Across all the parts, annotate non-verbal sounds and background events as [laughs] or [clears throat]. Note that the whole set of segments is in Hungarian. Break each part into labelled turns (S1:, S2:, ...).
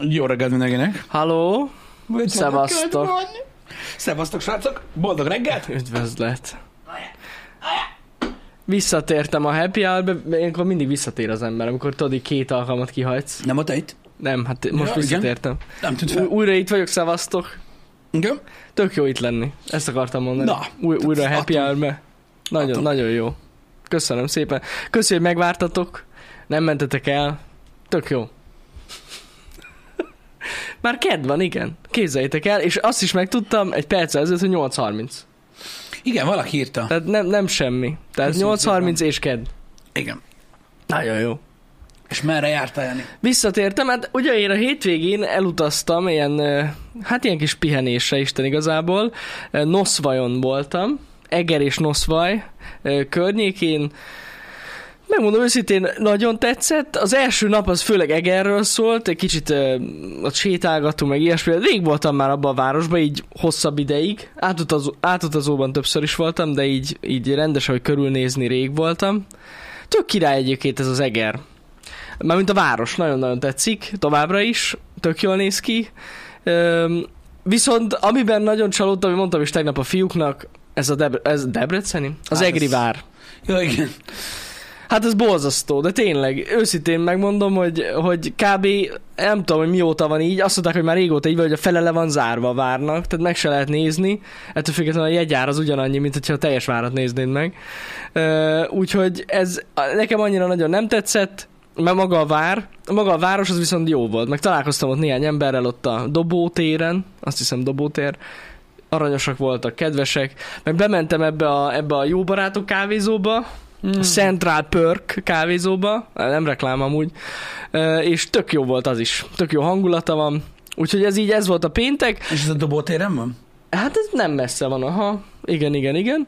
S1: Jó reggelt mindenkinek!
S2: Halló! Szevasztok!
S1: Szevasztok, srácok! Boldog reggelt!
S2: Üdvözlet! Visszatértem a happy hour-be, ilyenkor mindig visszatér az ember, amikor tudod, így két alkalmat kihagysz.
S1: Nem ott itt?
S2: Nem, hát most
S1: Ja,
S2: visszatértem.
S1: Nem tűnt
S2: Új,
S1: fel.
S2: újra itt vagyok, szevasztok!
S1: Igen?
S2: Tök jó itt lenni. Ezt akartam mondani.
S1: Na,
S2: Új, újra a happy
S1: adtunk.
S2: hour-be. Nagyon,
S1: Adtunk.
S2: nagyon jó. Köszönöm szépen. Köszönöm, hogy megvártatok. Nem mentetek el. Tök jó. Már kedv van, igen. Képzeljétek el, és azt is megtudtam egy perccel ezelőtt, hogy 8.30.
S1: Igen, valaki írta.
S2: Tehát nem, nem semmi. Tehát
S1: Köszönjük
S2: 8.30 és kedd.
S1: Igen.
S2: Nagyon jó.
S1: És merre jártál, Jani?
S2: Visszatértem, hát ugye én a hétvégén elutaztam ilyen, ö, hát ilyen kis pihenésre Isten igazából. Ö, Noszvajon voltam, Eger és Noszvaj ö, környékén. Megmondom őszintén, nagyon tetszett. Az első nap az főleg Egerről szólt, egy kicsit ö, ott sétálgattunk, meg ilyesmi. Rég voltam már abban a városban, így hosszabb ideig. Átutazó, átutazóban többször is voltam, de így, így rendesen, hogy körülnézni rég voltam. Tök király egyébként ez az Eger. Mármint a város nagyon-nagyon tetszik, továbbra is, tök jól néz ki. Üm, viszont amiben nagyon csalódtam, amit mondtam is tegnap a fiúknak, ez a Debre- ez Debreceni? Az
S1: Hát ez-
S2: Egri vár.
S1: Jó, igen.
S2: Hát ez borzasztó, de tényleg, őszintén megmondom, hogy, hogy kb. nem tudom, hogy mióta van így, azt mondták, hogy már régóta így van, hogy a felele van zárva a várnak, tehát meg se lehet nézni, ettől függetlenül a jegyár az ugyanannyi, mint hogyha a teljes várat néznéd meg. Ö, Úgyhogy ez a- nekem annyira nagyon nem tetszett, mert maga a vár, maga a város az viszont jó volt, meg találkoztam ott néhány emberrel ott a dobótéren, azt hiszem dobótér, aranyosak voltak, kedvesek, meg bementem ebbe a, ebbe a jó barátok kávézóba,
S1: Hmm.
S2: a Central Perk kávézóba, nem reklám amúgy, Ö, és tök jó volt az is, tök jó hangulata van, úgyhogy ez így, ez volt a péntek,
S1: És ez a dobótéren van?
S2: hát ez nem messze van, aha, igen, igen, igen,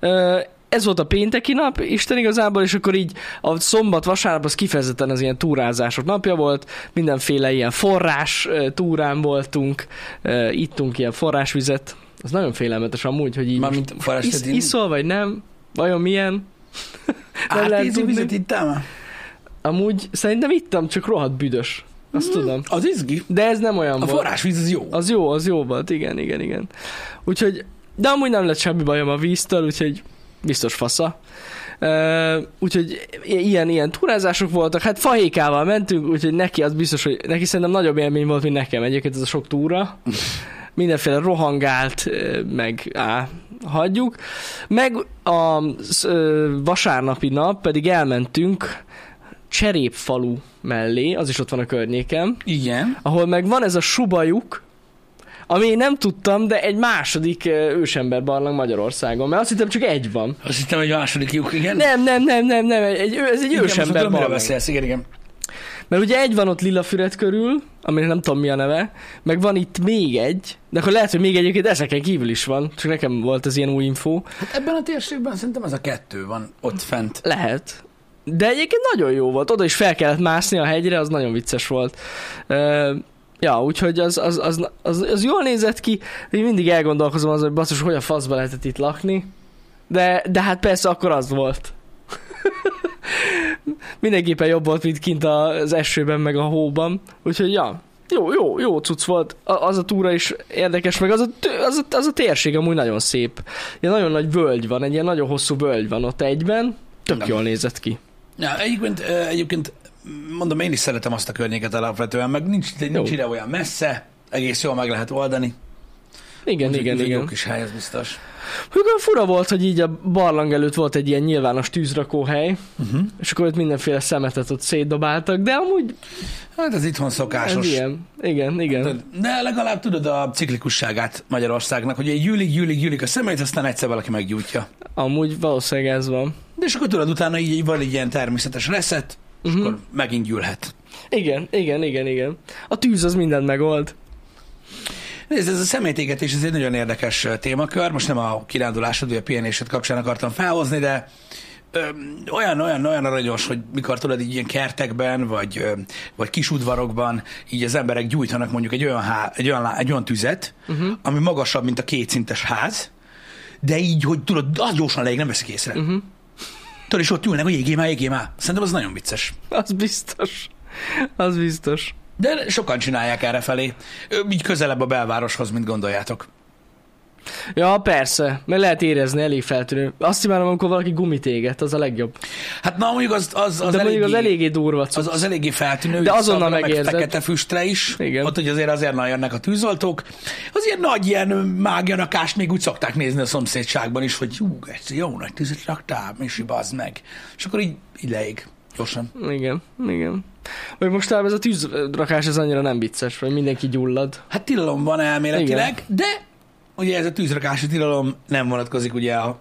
S2: Ö, ez volt a pénteki nap, Isten igazából, és akkor így a szombat, vasárnap az kifejezetten az ilyen túrázások napja volt, mindenféle ilyen forrás ö, túrán voltunk, ö, ittunk ilyen forrásvizet, az nagyon félelmetes amúgy, hogy így most
S1: Mármint
S2: isz,
S1: Farestedin.
S2: iszol vagy nem, vajon milyen, nem lehet
S1: Átízó
S2: tudni.
S1: vizet ittál már?
S2: Amúgy szerintem ittam, csak rohadt büdös. Azt tudom.
S1: Az izgi.
S2: De ez nem olyan
S1: A
S2: volt.
S1: forrásvíz az jó.
S2: Az jó, az jó volt, igen, igen, igen. Úgyhogy, de amúgy nem lett semmi bajom a víztől, úgyhogy biztos fasza. Uh, úgyhogy i- ilyen, ilyen túrázások voltak, hát fahékával mentünk, úgyhogy neki az biztos, hogy neki szerintem nagyobb élmény volt, mint nekem egyébként ez a sok túra. Mindenféle rohangált, ö, meg á, hagyjuk. Meg a sz- ö, vasárnapi nap pedig elmentünk Cserépfalu mellé, az is ott van a környéken
S1: Igen.
S2: ahol meg van ez a subajuk, ami én nem tudtam, de egy második ö, ősember barlang Magyarországon, mert azt hittem csak egy van.
S1: Azt hittem, hogy a második lyuk, igen.
S2: Nem, nem, nem, nem, nem, egy, ő- ez egy
S1: igen, most már
S2: ősember
S1: tudom, miről
S2: barlang.
S1: beszélsz, igen, igen.
S2: Mert ugye egy van ott Lilafüred körül, aminek nem tudom mi a neve, meg van itt még egy, de akkor lehet, hogy még egyébként ezeken kívül is van, csak nekem volt az ilyen új info.
S1: Hát ebben a térségben szerintem ez a kettő van ott fent.
S2: Lehet. De egyébként nagyon jó volt, oda is fel kellett mászni a hegyre, az nagyon vicces volt. Ö, ja, úgyhogy az, az, az, az, az jól nézett ki, én mindig elgondolkozom azon, hogy basszus, hogy a faszba lehetett itt lakni, de, de hát persze akkor az volt. [laughs] Mindenképpen jobb volt, mint kint a- az esőben, meg a hóban, úgyhogy ja, jó, jó, jó cucc volt, A- az a túra is érdekes, meg az a, tő- az a, az a térség amúgy nagyon szép. Ilyen nagyon nagy völgy van, egy ilyen nagyon hosszú völgy van ott egyben, Tök
S1: Nem.
S2: jól nézett ki.
S1: Ja, egyébként, ö, egyébként mondom, én is szeretem azt a környéket alapvetően, meg nincs, nincs
S2: Jó.
S1: ide olyan messze, egész jól meg lehet oldani.
S2: Igen,
S1: Úgyhogy-
S2: igen,
S1: úgyhogy Jó
S2: igen.
S1: kis hely, ez biztos.
S2: Hügön fura volt, hogy így a barlang előtt volt egy ilyen nyilvános tűzrakóhely,
S1: Uh-huh.
S2: és akkor ott mindenféle szemetet ott szétdobáltak, de amúgy
S1: Hát ez itthon
S2: ez
S1: szokásos.
S2: ilyen. Igen, igen.
S1: De legalább tudod a ciklikusságát Magyarországnak, hogy egy gyűlik, gyűlik, gyűlik a szemét, aztán egyszer valaki meggyújtja.
S2: Amúgy valószínűleg ez van.
S1: De és akkor tudod, utána így, így van egy ilyen természetes reszet, és
S2: Mhm.
S1: akkor megint gyűlhet.
S2: Igen, igen, igen, igen. A tűz az mindent megold. [laughs]
S1: Nézd, ez a szemétégetés ez egy nagyon érdekes ö, témakör. Most nem a kirándulásod vagy a pihenésed kapcsán akartam felhozni, de öm, olyan, olyan, olyan aranyos, hogy mikor tudod így ilyen kertekben, vagy, öm, vagy kis udvarokban, így az emberek gyújtanak mondjuk egy olyan, há, egy olyan, lá- egy olyan tüzet, uh-huh. ami magasabb, mint a kétszintes ház, de így, hogy tudod, az gyorsan leég, nem veszik észre. Uh-huh. Tudod, és ott ülnek, hogy égémá, égémá. Szerintem az nagyon vicces.
S2: Az biztos. Az biztos.
S1: De sokan csinálják errefelé. Ö, Így közelebb a belvároshoz, mint gondoljátok.
S2: Ja, persze, mert lehet érezni, elég feltűnő. Azt imádom, amikor valaki gumit éget, az a legjobb.
S1: Hát na, mondjuk az, az, az
S2: Az De eléggé, mondjuk az
S1: elég
S2: eléggé durva cucc.
S1: az, az eléggé feltűnő,
S2: De azonnal
S1: szabra, meg
S2: megérzed.
S1: fekete füstre is.
S2: Igen.
S1: Ott ugye azért azért nagyon jönnek a tűzoltók. Az ilyen nagy ilyen mágianakást még úgy szokták nézni a szomszédságban is, hogy hú, ezt jó nagy tüzet raktál, Misi, bazd meg. És akkor így, így leég. Gyorsan.
S2: Igen, igen. Vagy mostában ez a tűzrakás ez annyira nem vicces, hogy mindenki gyullad.
S1: Hát tilalom van elméletileg, Igen. de ugye ez a tűzrakási tilalom nem vonatkozik ugye a,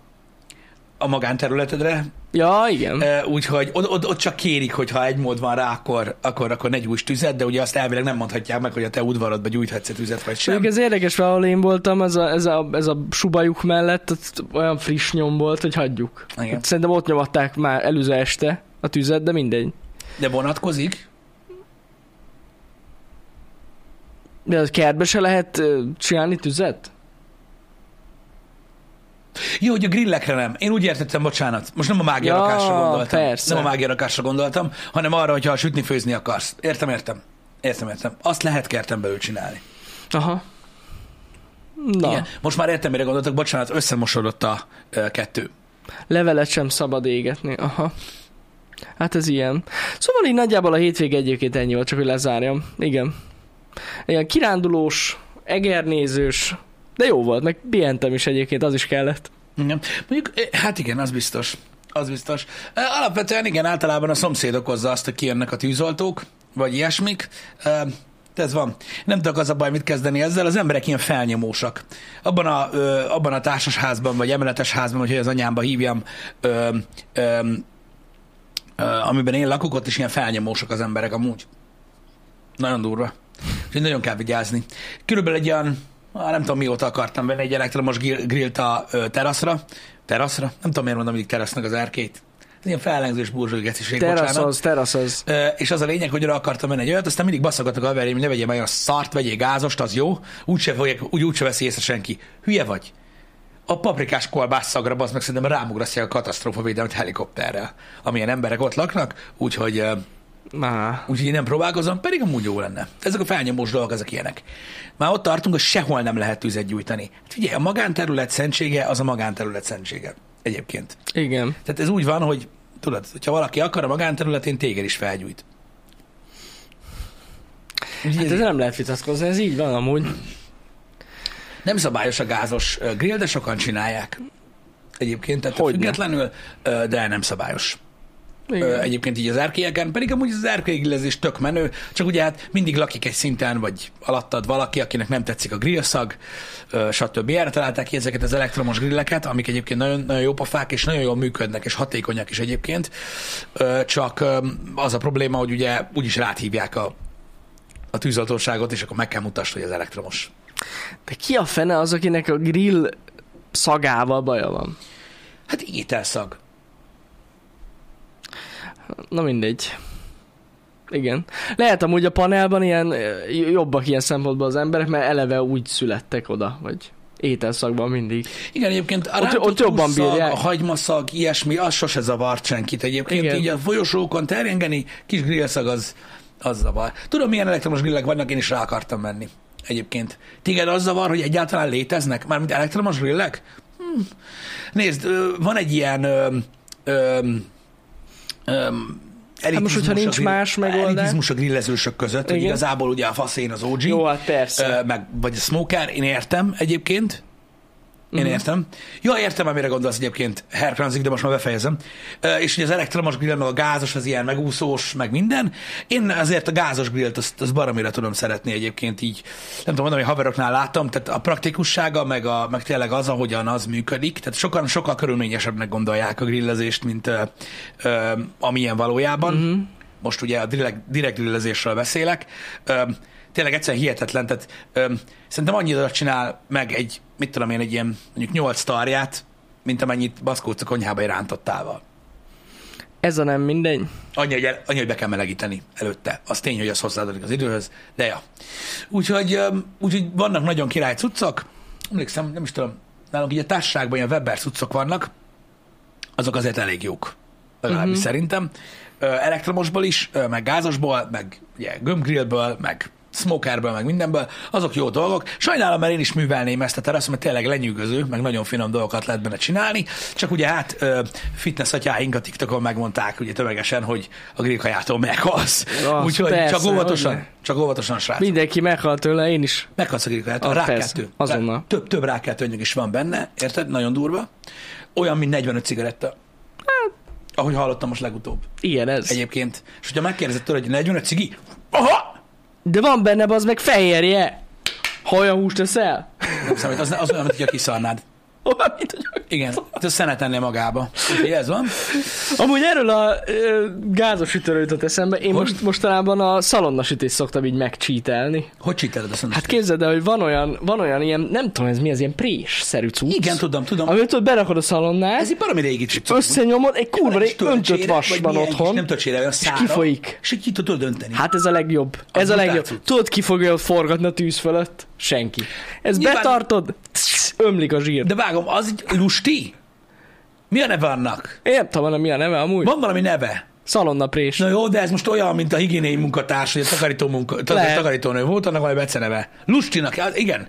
S1: a magánterületedre,
S2: Ja, igen.
S1: Ö, úgyhogy ott, ott, ott csak kérik, hogy ha egy mód van rá, akkor, akkor, akkor ne gyújts tüzet, de ugye azt elvileg nem mondhatják meg, hogy a te udvarodba gyújthatsz-e tüzet, vagy sem.
S2: Mondjuk ez érdekes, mert ahol én voltam, ez a, ez a, ez a subajuk mellett ott olyan friss nyom volt, hogy hagyjuk.
S1: Igen.
S2: Hát Szerintem ott nyomatták már előző este a tüzet, de mindegy.
S1: De vonatkozik?
S2: De a kertbe se lehet ö, csinálni tüzet?
S1: Jó, hogy a grillekre nem. Én úgy értettem, bocsánat. Most nem a mágiarakásra
S2: Ja,
S1: gondoltam.
S2: persze.
S1: Nem a mágiarakásra gondoltam, hanem arra, hogyha sütni, főzni akarsz. Értem, értem. Értem, értem. Azt lehet kerten belül csinálni.
S2: Aha. Na,
S1: Igen.
S2: Igen.
S1: Most már értem, mire gondoltak. Bocsánat, összemosodott a ö, kettő.
S2: levelet sem szabad égetni. Aha. Hát ez ilyen. Szóval így nagyjából a hétvége egyébként ennyi volt, csak hogy lezárjam. Igen. Ilyen kirándulós, egernézős, de jó volt, meg pihentem is egyébként, az is kellett.
S1: Igen. Mondjuk, eh, hát igen, az biztos. Az biztos. Eh, Alapvetően igen, általában a szomszéd okozza azt, hogy kijönnek a tűzoltók, vagy ilyesmik. Eh, de Ez van. Nem tudok az a baj, mit kezdeni ezzel. Az emberek ilyen felnyomósak. Abban a, ö, abban a társasházban, vagy emeletes házban, vagy hogy az anyámba hívjam, ö, ö, ö, amiben én lakok, ott is ilyen felnyomósak az emberek amúgy. Nagyon durva. Úgyhogy nagyon kell vigyázni. Körülbelül egy olyan, á, nem tudom mióta akartam venni egy elektromos grill- grillt a ö, teraszra. Teraszra? Nem tudom miért mondom mindig terasznak az erkét. Ez ilyen fellengzős burzsőgetiség,
S2: Terasz
S1: bocsánat.
S2: az, terasz az.
S1: Ö, és az a lényeg, hogy oda akartam menni egy olyat, aztán mindig baszogatnak a haverjaim, hogy ne vegyél meg a szart, vegyél gázost, az jó, úgyse, fogják, úgy, úgyse veszi észre senki. Hülye vagy? A paprikás kolbász szagra, az meg szerintem rámugrasztják a katasztrófa védelmet helikopterrel, amilyen emberek ott laknak, úgyhogy ö,
S2: Má.
S1: úgyhogy én nem próbálkozom, pedig amúgy jó lenne. Ezek a felnyomós dolgok, ezek ilyenek. Már ott tartunk, hogy sehol nem lehet tüzet gyújtani. Hát figyelj, a magánterület szentsége az a magánterület szentsége. Egyébként.
S2: Igen.
S1: Tehát ez úgy van, hogy tudod, hogyha valaki akar a magánterületén, téged is felgyújt. Úgyhogy
S2: Hát
S1: ez
S2: ez nem lehet vitatkozni, ez így van amúgy.
S1: nem szabályos a gázos ö, grill, de sokan csinálják. Egyébként, tehát
S2: Hogyne.
S1: függetlenül, ö, de nem szabályos. Ö,
S2: Igen.
S1: egyébként így az erkélyeken, pedig amúgy az erkélylezés tök menő, csak ugye hát mindig lakik egy szinten, vagy alattad valaki, akinek nem tetszik a grillszag, ö, stb. Erre találták ki ezeket az elektromos grilleket, amik egyébként nagyon, nagyon jó pofák, és nagyon jól működnek, és hatékonyak is egyébként, Ö, csak ö, az a probléma, hogy ugye úgyis ráthívják a, a tűzoltóságot, és akkor meg kell mutasd, hogy az elektromos.
S2: De ki a fene az, akinek a grill szagával baja van?
S1: Hát ételszag.
S2: Na mindegy. Igen. Lehet amúgy a panelban ilyen ö, jobbak ilyen szempontból az emberek, mert eleve úgy születtek oda, vagy ételszakban mindig.
S1: Igen, egyébként a
S2: Ott-
S1: rántott
S2: ott jobban
S1: hússzag,
S2: bírják.
S1: a hagymaszag, ilyesmi, az sose zavart senkit egyébként. Igen.
S2: Igen.
S1: Így a folyosókon terjengeni, kis grillszag az, az zavar. Tudom, milyen elektromos grillek vannak, én is rá akartam menni egyébként. Téged az zavar, hogy egyáltalán léteznek? Mármint elektromos grillek? Hm. Nézd, ö, van egy ilyen ö, ö, ö,
S2: Hát most, hogyha nincs más megoldás.
S1: Elitizmus a grillezősök között, hogy
S2: Igen.
S1: igazából ugye a faszén az OG.
S2: Jó, hát persze.
S1: Ö, meg, vagy a smoker, én értem egyébként. Én uh-huh. értem. Ja, értem, amire gondolsz egyébként, herpranzik, de most már befejezem. Ö, És ugye az elektromos grill, meg a gázos, az ilyen megúszós, meg minden. Én azért a gázos grillt, azt, azt baromira tudom szeretni egyébként így. Nem tudom mondani, hogy haveroknál láttam, tehát a praktikussága, meg, a, meg tényleg az, ahogyan az működik. Tehát sokan sokkal körülményesebbnek gondolják a grillezést, mint ö, ö, amilyen valójában. Uh-huh most ugye a direkt, direkt grillezésről beszélek, öm, tényleg egyszerűen hihetetlen, tehát öm, szerintem annyit oda csinál meg egy, mit tudom én, egy ilyen mondjuk 8 tarját, mint amennyit baszkódsz a konyhába egy rántottával.
S2: Ez a nem mindegy.
S1: Annyi, hogy, el, annyi, hogy be kell melegíteni előtte. Az tény, hogy az hozzáadik az időhöz, de ja. Úgyhogy, öm, úgyhogy vannak nagyon király cuccok, emlékszem, nem is tudom, nálunk így a társaságban ilyen Weber cuccok vannak, azok azért elég jók. Legalábbis uh-huh. szerintem. Ö, Elektromosból is, ö, meg gázosból, meg ugye gömbgrillből, meg smokerből, meg mindenből, azok jó dolgok. Sajnálom, mert én is művelném ezt a teraszt, mert tényleg lenyűgöző, meg nagyon finom dolgokat lehet benne csinálni, csak ugye hát ö, fitness atyáink a TikTokon megmondták ugye tömegesen, hogy a grillkajától meghalsz.
S2: Az,
S1: Úgyhogy
S2: persze,
S1: csak óvatosan,
S2: hogyne.
S1: csak óvatosan, srác.
S2: Mindenki meghal tőle, én is.
S1: Meghalsz a grillkaját, hát a
S2: Ah,
S1: rák
S2: persze,
S1: kettő.
S2: azonnal.
S1: Tehát Több, több rák kettő is van benne, érted? Nagyon durva. Olyan, mint 45 cigaretta. Hát, Ahogy hallottam most legutóbb
S2: Ilyen ez.
S1: egyébként. És hogyha megkérdezed tőle, hogy 45 cigi, aha!
S2: De van benne az meg fehérje. Ha olyan húst [laughs] teszel?
S1: Nem számít, az, az olyan, mint hogyha kiszarnád.
S2: Olyan, mint hogy-
S1: Igen, hát ez szenet ennél magába. Úgyhogy ez van.
S2: Amúgy erről a ö, gázos sütőről jutott eszembe, én most, mostanában a szalonnasütést szoktam így megcsítelni.
S1: Hogy csíteled a szenet?
S2: Hát képzeld el, hogy van olyan, van olyan ilyen, nem tudom ez mi, az ilyen prés-szerű cucc.
S1: igen, tudom, tudom.
S2: Amit ott berakod a szalonnál,
S1: Ez egy baromi régi cucc.
S2: összenyomod, egy kurva
S1: Van egy
S2: ré-
S1: kis
S2: öntött
S1: tölcsére,
S2: vas
S1: vagy
S2: van
S1: milyen kis,
S2: otthon.
S1: Nem töltsére, olyan szára.
S2: kifolyik.
S1: És így ki tudod dönteni.
S2: Hát ez a legjobb.
S1: Az
S2: ez a
S1: brutál
S2: legjobb.
S1: cucc.
S2: Tudod, ki fogja ott forgatni a tűz fölött? Senki. Ez
S1: Nyilván-
S2: betartod, tsz, ömlik a zsír. De...
S1: De vágom, az egy lusti? Mi a neve annak?
S2: Én nem tudom, hanem mi a neve amúgy. Ma...
S1: Van valami neve?
S2: Szalonnaprés.
S1: Na jó, de ez most olyan, mint a higiéniai munkatárs, vagy a takarító munka, tak-
S2: Lehet.
S1: takarítónő volt, annak valami beceneve. Lustinak, az, igen.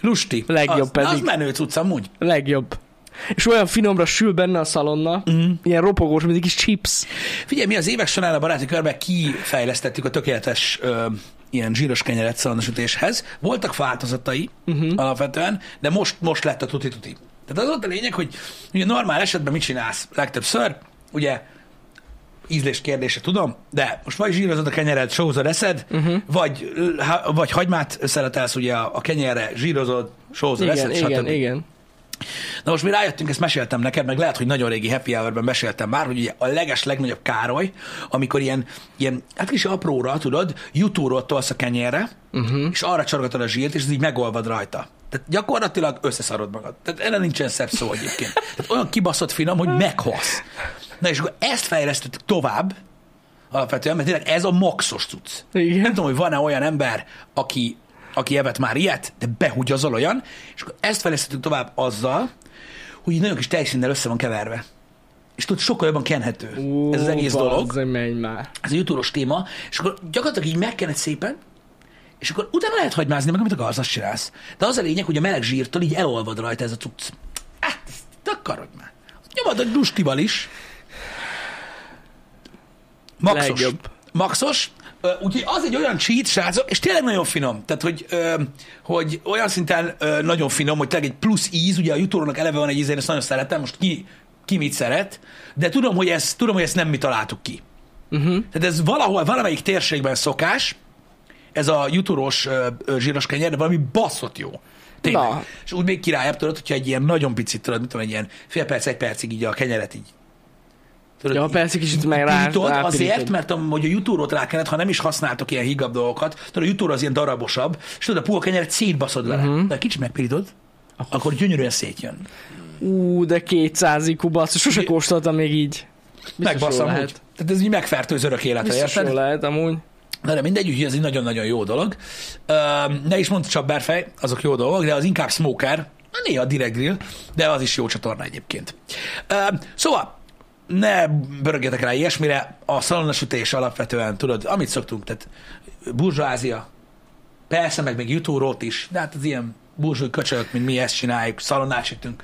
S1: Lusti.
S2: Legjobb
S1: az, na, Az
S2: pedig.
S1: menő cucc amúgy.
S2: Legjobb. És olyan finomra sül benne a szalonna,
S1: Mhm.
S2: mm. ilyen ropogós, mint egy kis chips.
S1: Figyelj, mi az évek során a baráti körben kifejlesztettük a tökéletes ö, ilyen zsíros kenyeret szalonasütéshez. Voltak változatai
S2: Mhm.
S1: uh-huh. alapvetően, de most, most lett a tuti-tuti. Tehát az volt a lényeg, hogy ugye normál esetben mit csinálsz legtöbbször, ugye ízlés kérdése, tudom, de most vagy zsírozod a kenyered, sózod, eszed,
S2: Mhm.
S1: uh-huh. vagy, l- ha- vagy hagymát szeletelsz ugye a a kenyerre, zsírozod, sózod,
S2: Igen,
S1: eszed,
S2: igen,
S1: stb.
S2: igen.
S1: Na most mi rájöttünk, ezt meséltem neked, meg lehet, hogy nagyon régi happy hour-ben meséltem már, hogy ugye a leges legnagyobb Károly, amikor ilyen, ilyen hát kis apróra, tudod, jutóról tolsz a kenyérre, uh-huh. és arra csorgatod a zsírt, és ez így megolvad rajta. Tehát gyakorlatilag összeszarod magad. Tehát erre nincsen szebb szó egyébként. Tehát olyan kibaszott finom, hogy meghalsz. Na és akkor ezt fejlesztettük tovább, alapvetően, mert tényleg ez a maxos cucc. Nem
S2: Igen.
S1: tudom, hogy van-e olyan ember, aki, aki evett már ilyet, de behugy az olyan, és akkor ezt fejlesztettük tovább azzal, hogy így nagyon kis tejszínnel össze van keverve. És tudod, sokkal jobban kenhető
S2: Ú,
S1: ez az egész dolog
S2: bazd, menj már.
S1: ez a jutólós téma, és akkor gyakorlatilag így megkened szépen, és akkor utána lehet hagymázni, meg amit akarsz, azt csinálsz. De az a lényeg, hogy a meleg zsírtól így elolvad rajta ez a cucc. Hát, ezt takarodj már. Nyomod a dustival is. Maxos.
S2: Legjobb.
S1: Maxos. Ö, Úgyhogy az egy olyan cheat, srácok, és tényleg nagyon finom. Tehát, hogy, ö, hogy olyan szinten ö, nagyon finom, hogy tényleg egy plusz íz, ugye a jutórónak eleve van egy íz, én ezt nagyon szeretem, most ki, ki mit szeret, de tudom, hogy ezt, tudom, hogy ezt nem mi találtuk ki. Tehát ez valahol, valamelyik térségben szokás, ez a juturos ö, ö, zsíros kenyér, de valami baszott jó. Tényleg.
S2: Na.
S1: És úgy még királyabb, tudod, hogyha egy ilyen nagyon picit, tudod, mit tudom, egy ilyen fél perc, egy percig így a kenyeret így. Tudod,
S2: Ja,
S1: így
S2: persze kicsit meg rá,
S1: pirítod,
S2: rá
S1: azért, mert amúgy a jutórót rá kellett, ha nem is használtok ilyen higgabb dolgokat, tudod, a jutóró az ilyen darabosabb, és tudod, a puha kenyeret szétbaszod vele.
S2: Mhm.
S1: Uh-huh. De ha kicsit megpirítod, akkor gyönyörűen szétjön.
S2: Ú, de 200 IQ, basszus, sose kóstoltam még így.
S1: Megbasszam
S2: jól
S1: úgy.
S2: lehet.
S1: Tehát ez így megfertőz örök életre,
S2: Biztos
S1: érted?
S2: jól lehet amúgy.
S1: Na de mindegy, úgyhogy ez egy nagyon-nagyon jó dolog. Öm, Ne is mondd csapberfej, azok jó dolgok, de az inkább smoker, Na, néha direkt grill, de az is jó csatorna egyébként. Öm, Szóval, ne börögjetek rá ilyesmire, a szalonasütés alapvetően, tudod, amit szoktunk, tehát burzsázia, persze, meg még jutórót is, de hát az ilyen burzsúj köcsögök, mint mi ezt csináljuk, szalonnát sütünk,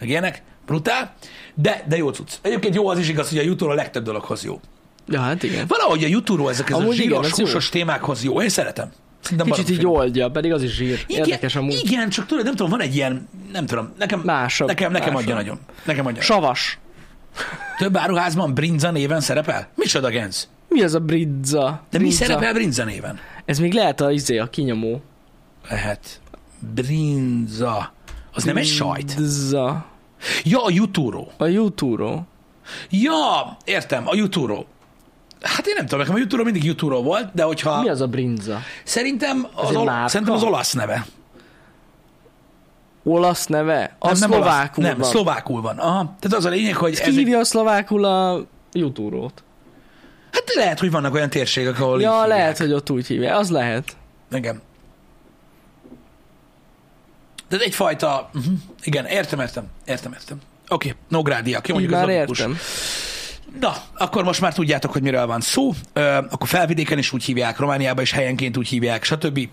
S1: meg ilyenek, brutál, de, de jó cucc. Egyébként jó az is igaz, hogy a jutóró a legtöbb dologhoz jó.
S2: Ja, hát igen.
S1: Valahogy a jutúró ezekhez a
S2: Amúgy igen,
S1: zsíros,
S2: ez jó.
S1: húsos témákhoz jó. Én szeretem. Szerintem
S2: Kicsit
S1: baromi
S2: így
S1: finom.
S2: oldja, pedig az is zsír.
S1: Igen,
S2: Érdekes amúgy.
S1: Igen, csak tudod, nem tudom, van egy ilyen, nem tudom, nekem,
S2: Másabb,
S1: nekem, nekem
S2: másabb.
S1: adja nagyon. Nekem adja. So-
S2: Savas.
S1: Több áruházban Brinza néven szerepel? Micsoda genz?
S2: Mi az a bridza?
S1: De mi
S2: Brinza?
S1: szerepel Brinza néven?
S2: Ez még lehet a izé, a kinyomó.
S1: Lehet. Brinza. Az nem egy sajt.
S2: Brinza.
S1: Ja, a jutúró.
S2: A jutúró.
S1: Ja, értem, a jutúró. Hát én nem tudom, nekem a jutúró mindig jutúró volt, de hogyha...
S2: Mi az a brinza?
S1: Szerintem, az
S2: egy
S1: ol-
S2: márka?
S1: szerintem az olasz neve.
S2: Olasz neve? A
S1: nem,
S2: szlovákul
S1: olasz, nem,
S2: van.
S1: szlovákul van. Aha. Tehát az a lényeg, hogy
S2: Ki
S1: ez egy,
S2: hívja a szlovákul a jutúrót?
S1: hát lehet, hogy vannak olyan térségek, ahol így
S2: Ja,
S1: hívják.
S2: lehet, hogy ott úgy hívja. Az lehet.
S1: Igen. Tehát egyfajta, Mhm. uh-huh. igen, értem, értem, értem, értem. Oké, okay. nográdiak, jó,
S2: Így
S1: mondjuk
S2: már
S1: az logikus.
S2: értem.
S1: Na, akkor most már tudjátok, hogy miről van szó. Ö, akkor felvidéken is úgy hívják, Romániában is helyenként úgy hívják, stb.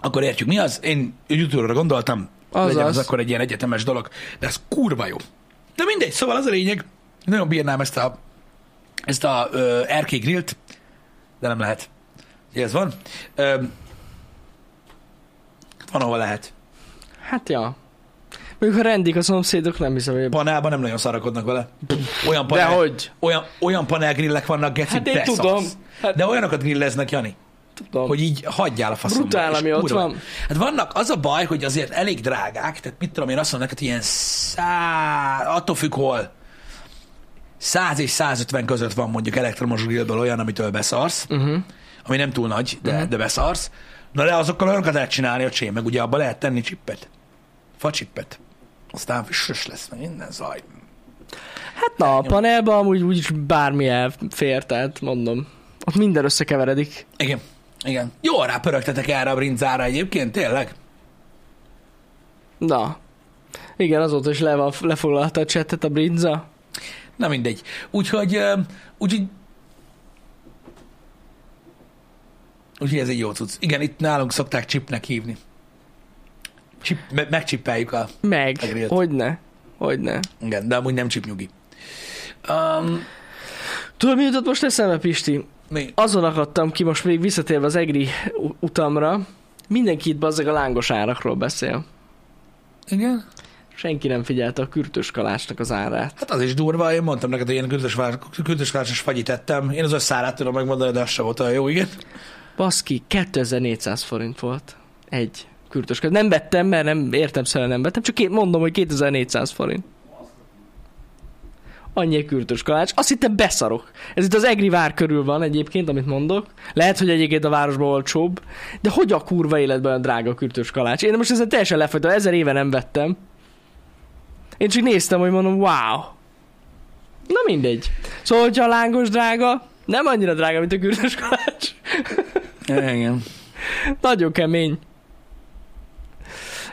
S1: Akkor értjük, mi az? Én YouTube-ra gondoltam, az legyen az.
S2: Azaz.
S1: az akkor egy ilyen egyetemes dolog, de ez kurva jó. De mindegy, szóval az a lényeg, nagyon bírnám ezt a, ezt a ö, RK grillt, de nem lehet. Ugye Ez van. Ö, van, ahol lehet.
S2: Hát ja. Mondjuk, ha rendik a szomszédok, nem hiszem, hogy...
S1: Panában nem nagyon szarakodnak vele. Olyan panel,
S2: Dehogy.
S1: olyan, olyan panelgrillek vannak, geci,
S2: Hát én
S1: beszarsz.
S2: tudom. Hát
S1: De olyanokat grilleznek, Jani,
S2: tudom.
S1: hogy így hagyjál a faszomba.
S2: Brutál,
S1: és
S2: ami ott
S1: kurva.
S2: van.
S1: Hát vannak, az a baj, hogy azért elég drágák, tehát mit tudom én, azt mondom neked, ilyen szá... attól függ hol. 100 és 150 között van mondjuk elektromos grillből olyan, amitől beszarsz,
S2: Mhm.
S1: uh-huh. ami nem túl nagy, de, uh-huh. de beszarsz. Na de azokkal olyanokat lehet csinálni a csém, meg ugye abba lehet tenni csippet. Facsippet. Aztán sös lesz, meg minden zaj.
S2: Hát na, a panelban amúgy úgyis bármi elfér, tehát mondom. Ott minden összekeveredik.
S1: Igen, igen. Jól rápörögtetek erre a brinzára egyébként, tényleg.
S2: Na. Igen, azóta is le van, lefoglalta a csetet a brinza.
S1: Na mindegy. Úgyhogy, ö, úgyhogy Úgyhogy ez egy jó cucc. Igen, itt nálunk szokták chipnek hívni. Chip, me- megcsippeljük a...
S2: Meg.
S1: Megriadt.
S2: Hogyne. Hogyne.
S1: Igen, de amúgy nem csipnyugi. Um,
S2: Tudod, mi jutott most eszembe, Pisti?
S1: mi?
S2: Azon akadtam ki, most még visszatérve az EGRI u- utamra, mindenki itt bazzeg a lángos árakról beszél.
S1: Igen?
S2: Senki nem figyelte a kürtös kalácsnak az árát.
S1: Hát az is durva, én mondtam neked, hogy én küldöskálásos fagyit ettem. Én az összárát tudom megmondani, de az sem volt olyan jó, igen.
S2: Baszki, 2400 forint volt. Egy kürtös kalács. Nem vettem, mert nem értem szerint nem vettem, csak én mondom, hogy 2400 forint. Annyi egy kürtös kalács. Azt hittem beszarok. Ez itt az EGRI vár körül van egyébként, amit mondok. Lehet, hogy egyébként a városban olcsóbb, de hogy a kurva életben olyan drága a kürtös kalács? Én most ezen teljesen lefagytam, ezer éve nem vettem. Én csak néztem, hogy mondom, wow. Na mindegy. Szóval, hogyha a lángos drága, nem annyira drága, mint a kürtös kalács.
S1: Igen.
S2: Nagyon kemény.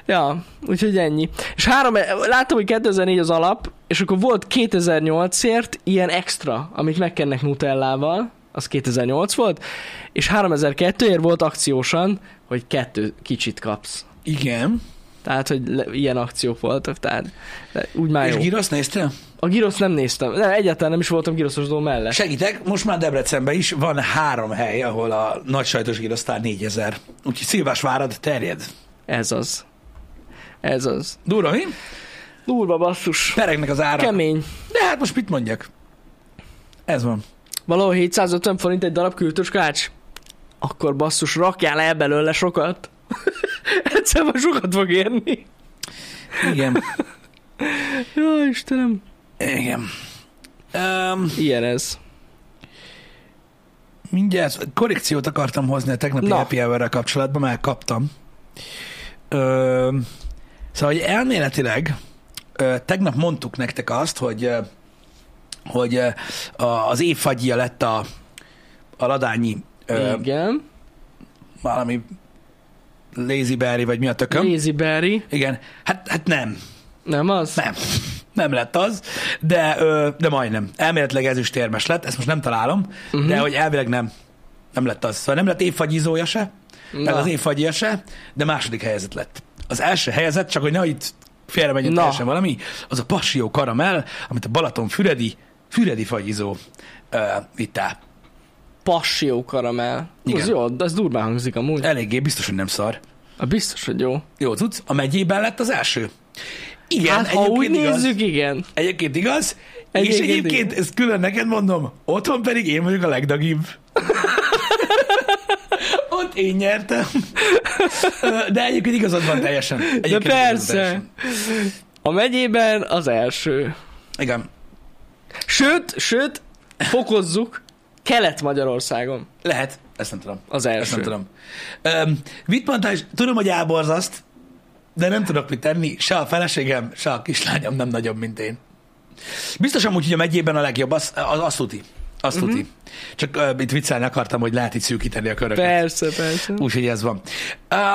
S2: Ja, úgyhogy ennyi. És három, láttam, hogy 2004 az alap, és akkor volt 2008-ért ilyen extra, amit megkennek nutellával, az 2008 volt, és 3002-ért volt akciósan, hogy kettő kicsit kapsz.
S1: Igen.
S2: Tehát, hogy le, ilyen akciók voltak, tehát de úgy már
S1: És
S2: jó.
S1: Girosz néztél?
S2: A gyrosz nem néztem, nem, egyáltalán nem is voltam gyroszosdó mellett.
S1: Segítek, most már Debrecenben is van három hely, ahol a nagy sajtos gírosztár 4000. Úgyhogy Szilvásvárad terjed.
S2: Ez az. Ez az.
S1: Durva, mi?
S2: Durva basszus.
S1: Peregnek az ára.
S2: Kemény.
S1: De hát most mit mondjak? Ez van.
S2: Valahol 750 forint egy darab kültös kács? Akkor basszus, rakjál el belőle sokat. [laughs] Egyszer már sokat fog érni.
S1: Igen.
S2: Jó, Istenem.
S1: Igen. Um,
S2: Ilyen ez.
S1: mindjárt korrekciót akartam hozni a tegnapi
S2: Na.
S1: Na. happy hour kapcsolatban, mert kaptam. Um, szóval, hogy elméletileg ö, tegnap mondtuk nektek azt, hogy ö, hogy ö, a- az évfagyja lett a, a ladányi ö,
S2: Igen.
S1: valami Lazy Berry, vagy mi a tököm.
S2: Lazy Berry.
S1: Igen, hát, hát nem,
S2: Nem az?
S1: nem, nem lett az, de, ö, de majdnem. Elméletileg ezüstérmes lett, ezt most nem találom,
S2: Mhm.
S1: uh-huh. de hogy elvileg nem, nem lett az. Szóval nem lett évfagyizója se, meg
S2: Na.
S1: az évfagyja se, de második helyzet lett. Az első helyzet, csak hogy ne itt félre menjen
S2: Na.
S1: teljesen valami, az a pasió karamell, amit a Balaton füredi, füredi fagyizó ö, vitá.
S2: Passió karamell.
S1: Igen.
S2: Az jó, de ez durván hangzik amúgy.
S1: Eléggé biztos, hogy nem szar.
S2: A biztos, hogy jó.
S1: Jó, cucc, a megyében lett az első. Igen,
S2: Hát, ha úgy
S1: igaz.
S2: nézzük, igen.
S1: Egyébként igaz,
S2: Egyébként
S1: és egyébként, ezt külön neked mondom, otthon pedig én vagyok a
S2: [laughs]
S1: legdagibb. Ott én nyertem. Ö, De egyébként igazad van teljesen.
S2: De
S1: Egyébként igazad van
S2: persze.
S1: teljesen.
S2: A megyében az első.
S1: Igen,
S2: Sőt, sőt, fokozzuk, Kelet-Magyarországon
S1: lehet, ezt nem tudom. Ezt
S2: az
S1: nem
S2: első.
S1: tudom. Öm, mit mondtál, és tudom, hogy elborzaszt, de nem tudok mit tenni, se a feleségem, se a kislányom nem nagyobb, mint én. Biztos amúgy, hogy a megyében a legjobb, az, az, az tuti. Azt tuti.
S2: Mhm.
S1: Uh-huh. Csak uh, itt viccelni akartam, hogy lehet itt szűkíteni a köröket.
S2: Persze, persze.
S1: Úgyhogy ez van.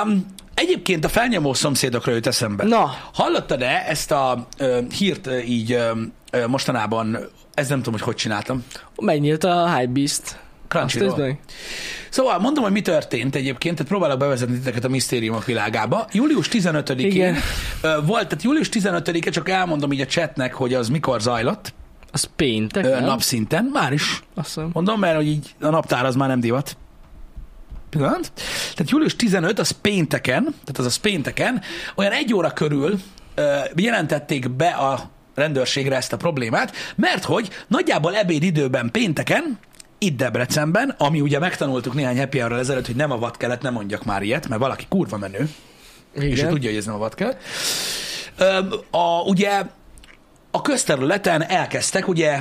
S1: Um, egyébként a felnyomó szomszédokra jut eszembe.
S2: Na.
S1: Hallottad-e ezt a ö, hírt ö, így ö, ö, mostanában Ez nem tudom, hogy hogy csináltam.
S2: Megnyílt a Hypebeast. Azt
S1: Crunchyroll.
S2: nézd meg.
S1: Szóval mondom, hogy mi történt egyébként, tehát próbálok bevezetni titeket a misztériumok világába. Július 15-én
S2: Igen.
S1: ö, volt, tehát július 15-e, csak elmondom így a chatnek, hogy az mikor zajlott
S2: Az péntek,
S1: ö,
S2: nem?
S1: napszinten, már is
S2: Azt hiszem.
S1: Mondom, mert hogy így a naptár az már nem divat. Pillanat. Tehát július 15, az pénteken, tehát az az pénteken, olyan egy óra körül ö, jelentették be a rendőrségre ezt a problémát, mert hogy nagyjából ebédidőben pénteken, itt Debrecenben, ami ugye megtanultuk néhány happy hour ezelőtt, hogy nem a vad kellett, nem mondjak már ilyet, mert valaki kurva menő,
S2: Igen.
S1: és ő tudja, hogy ez nem a vad kellett. Ö, a, ugye a közterületen elkezdtek ugye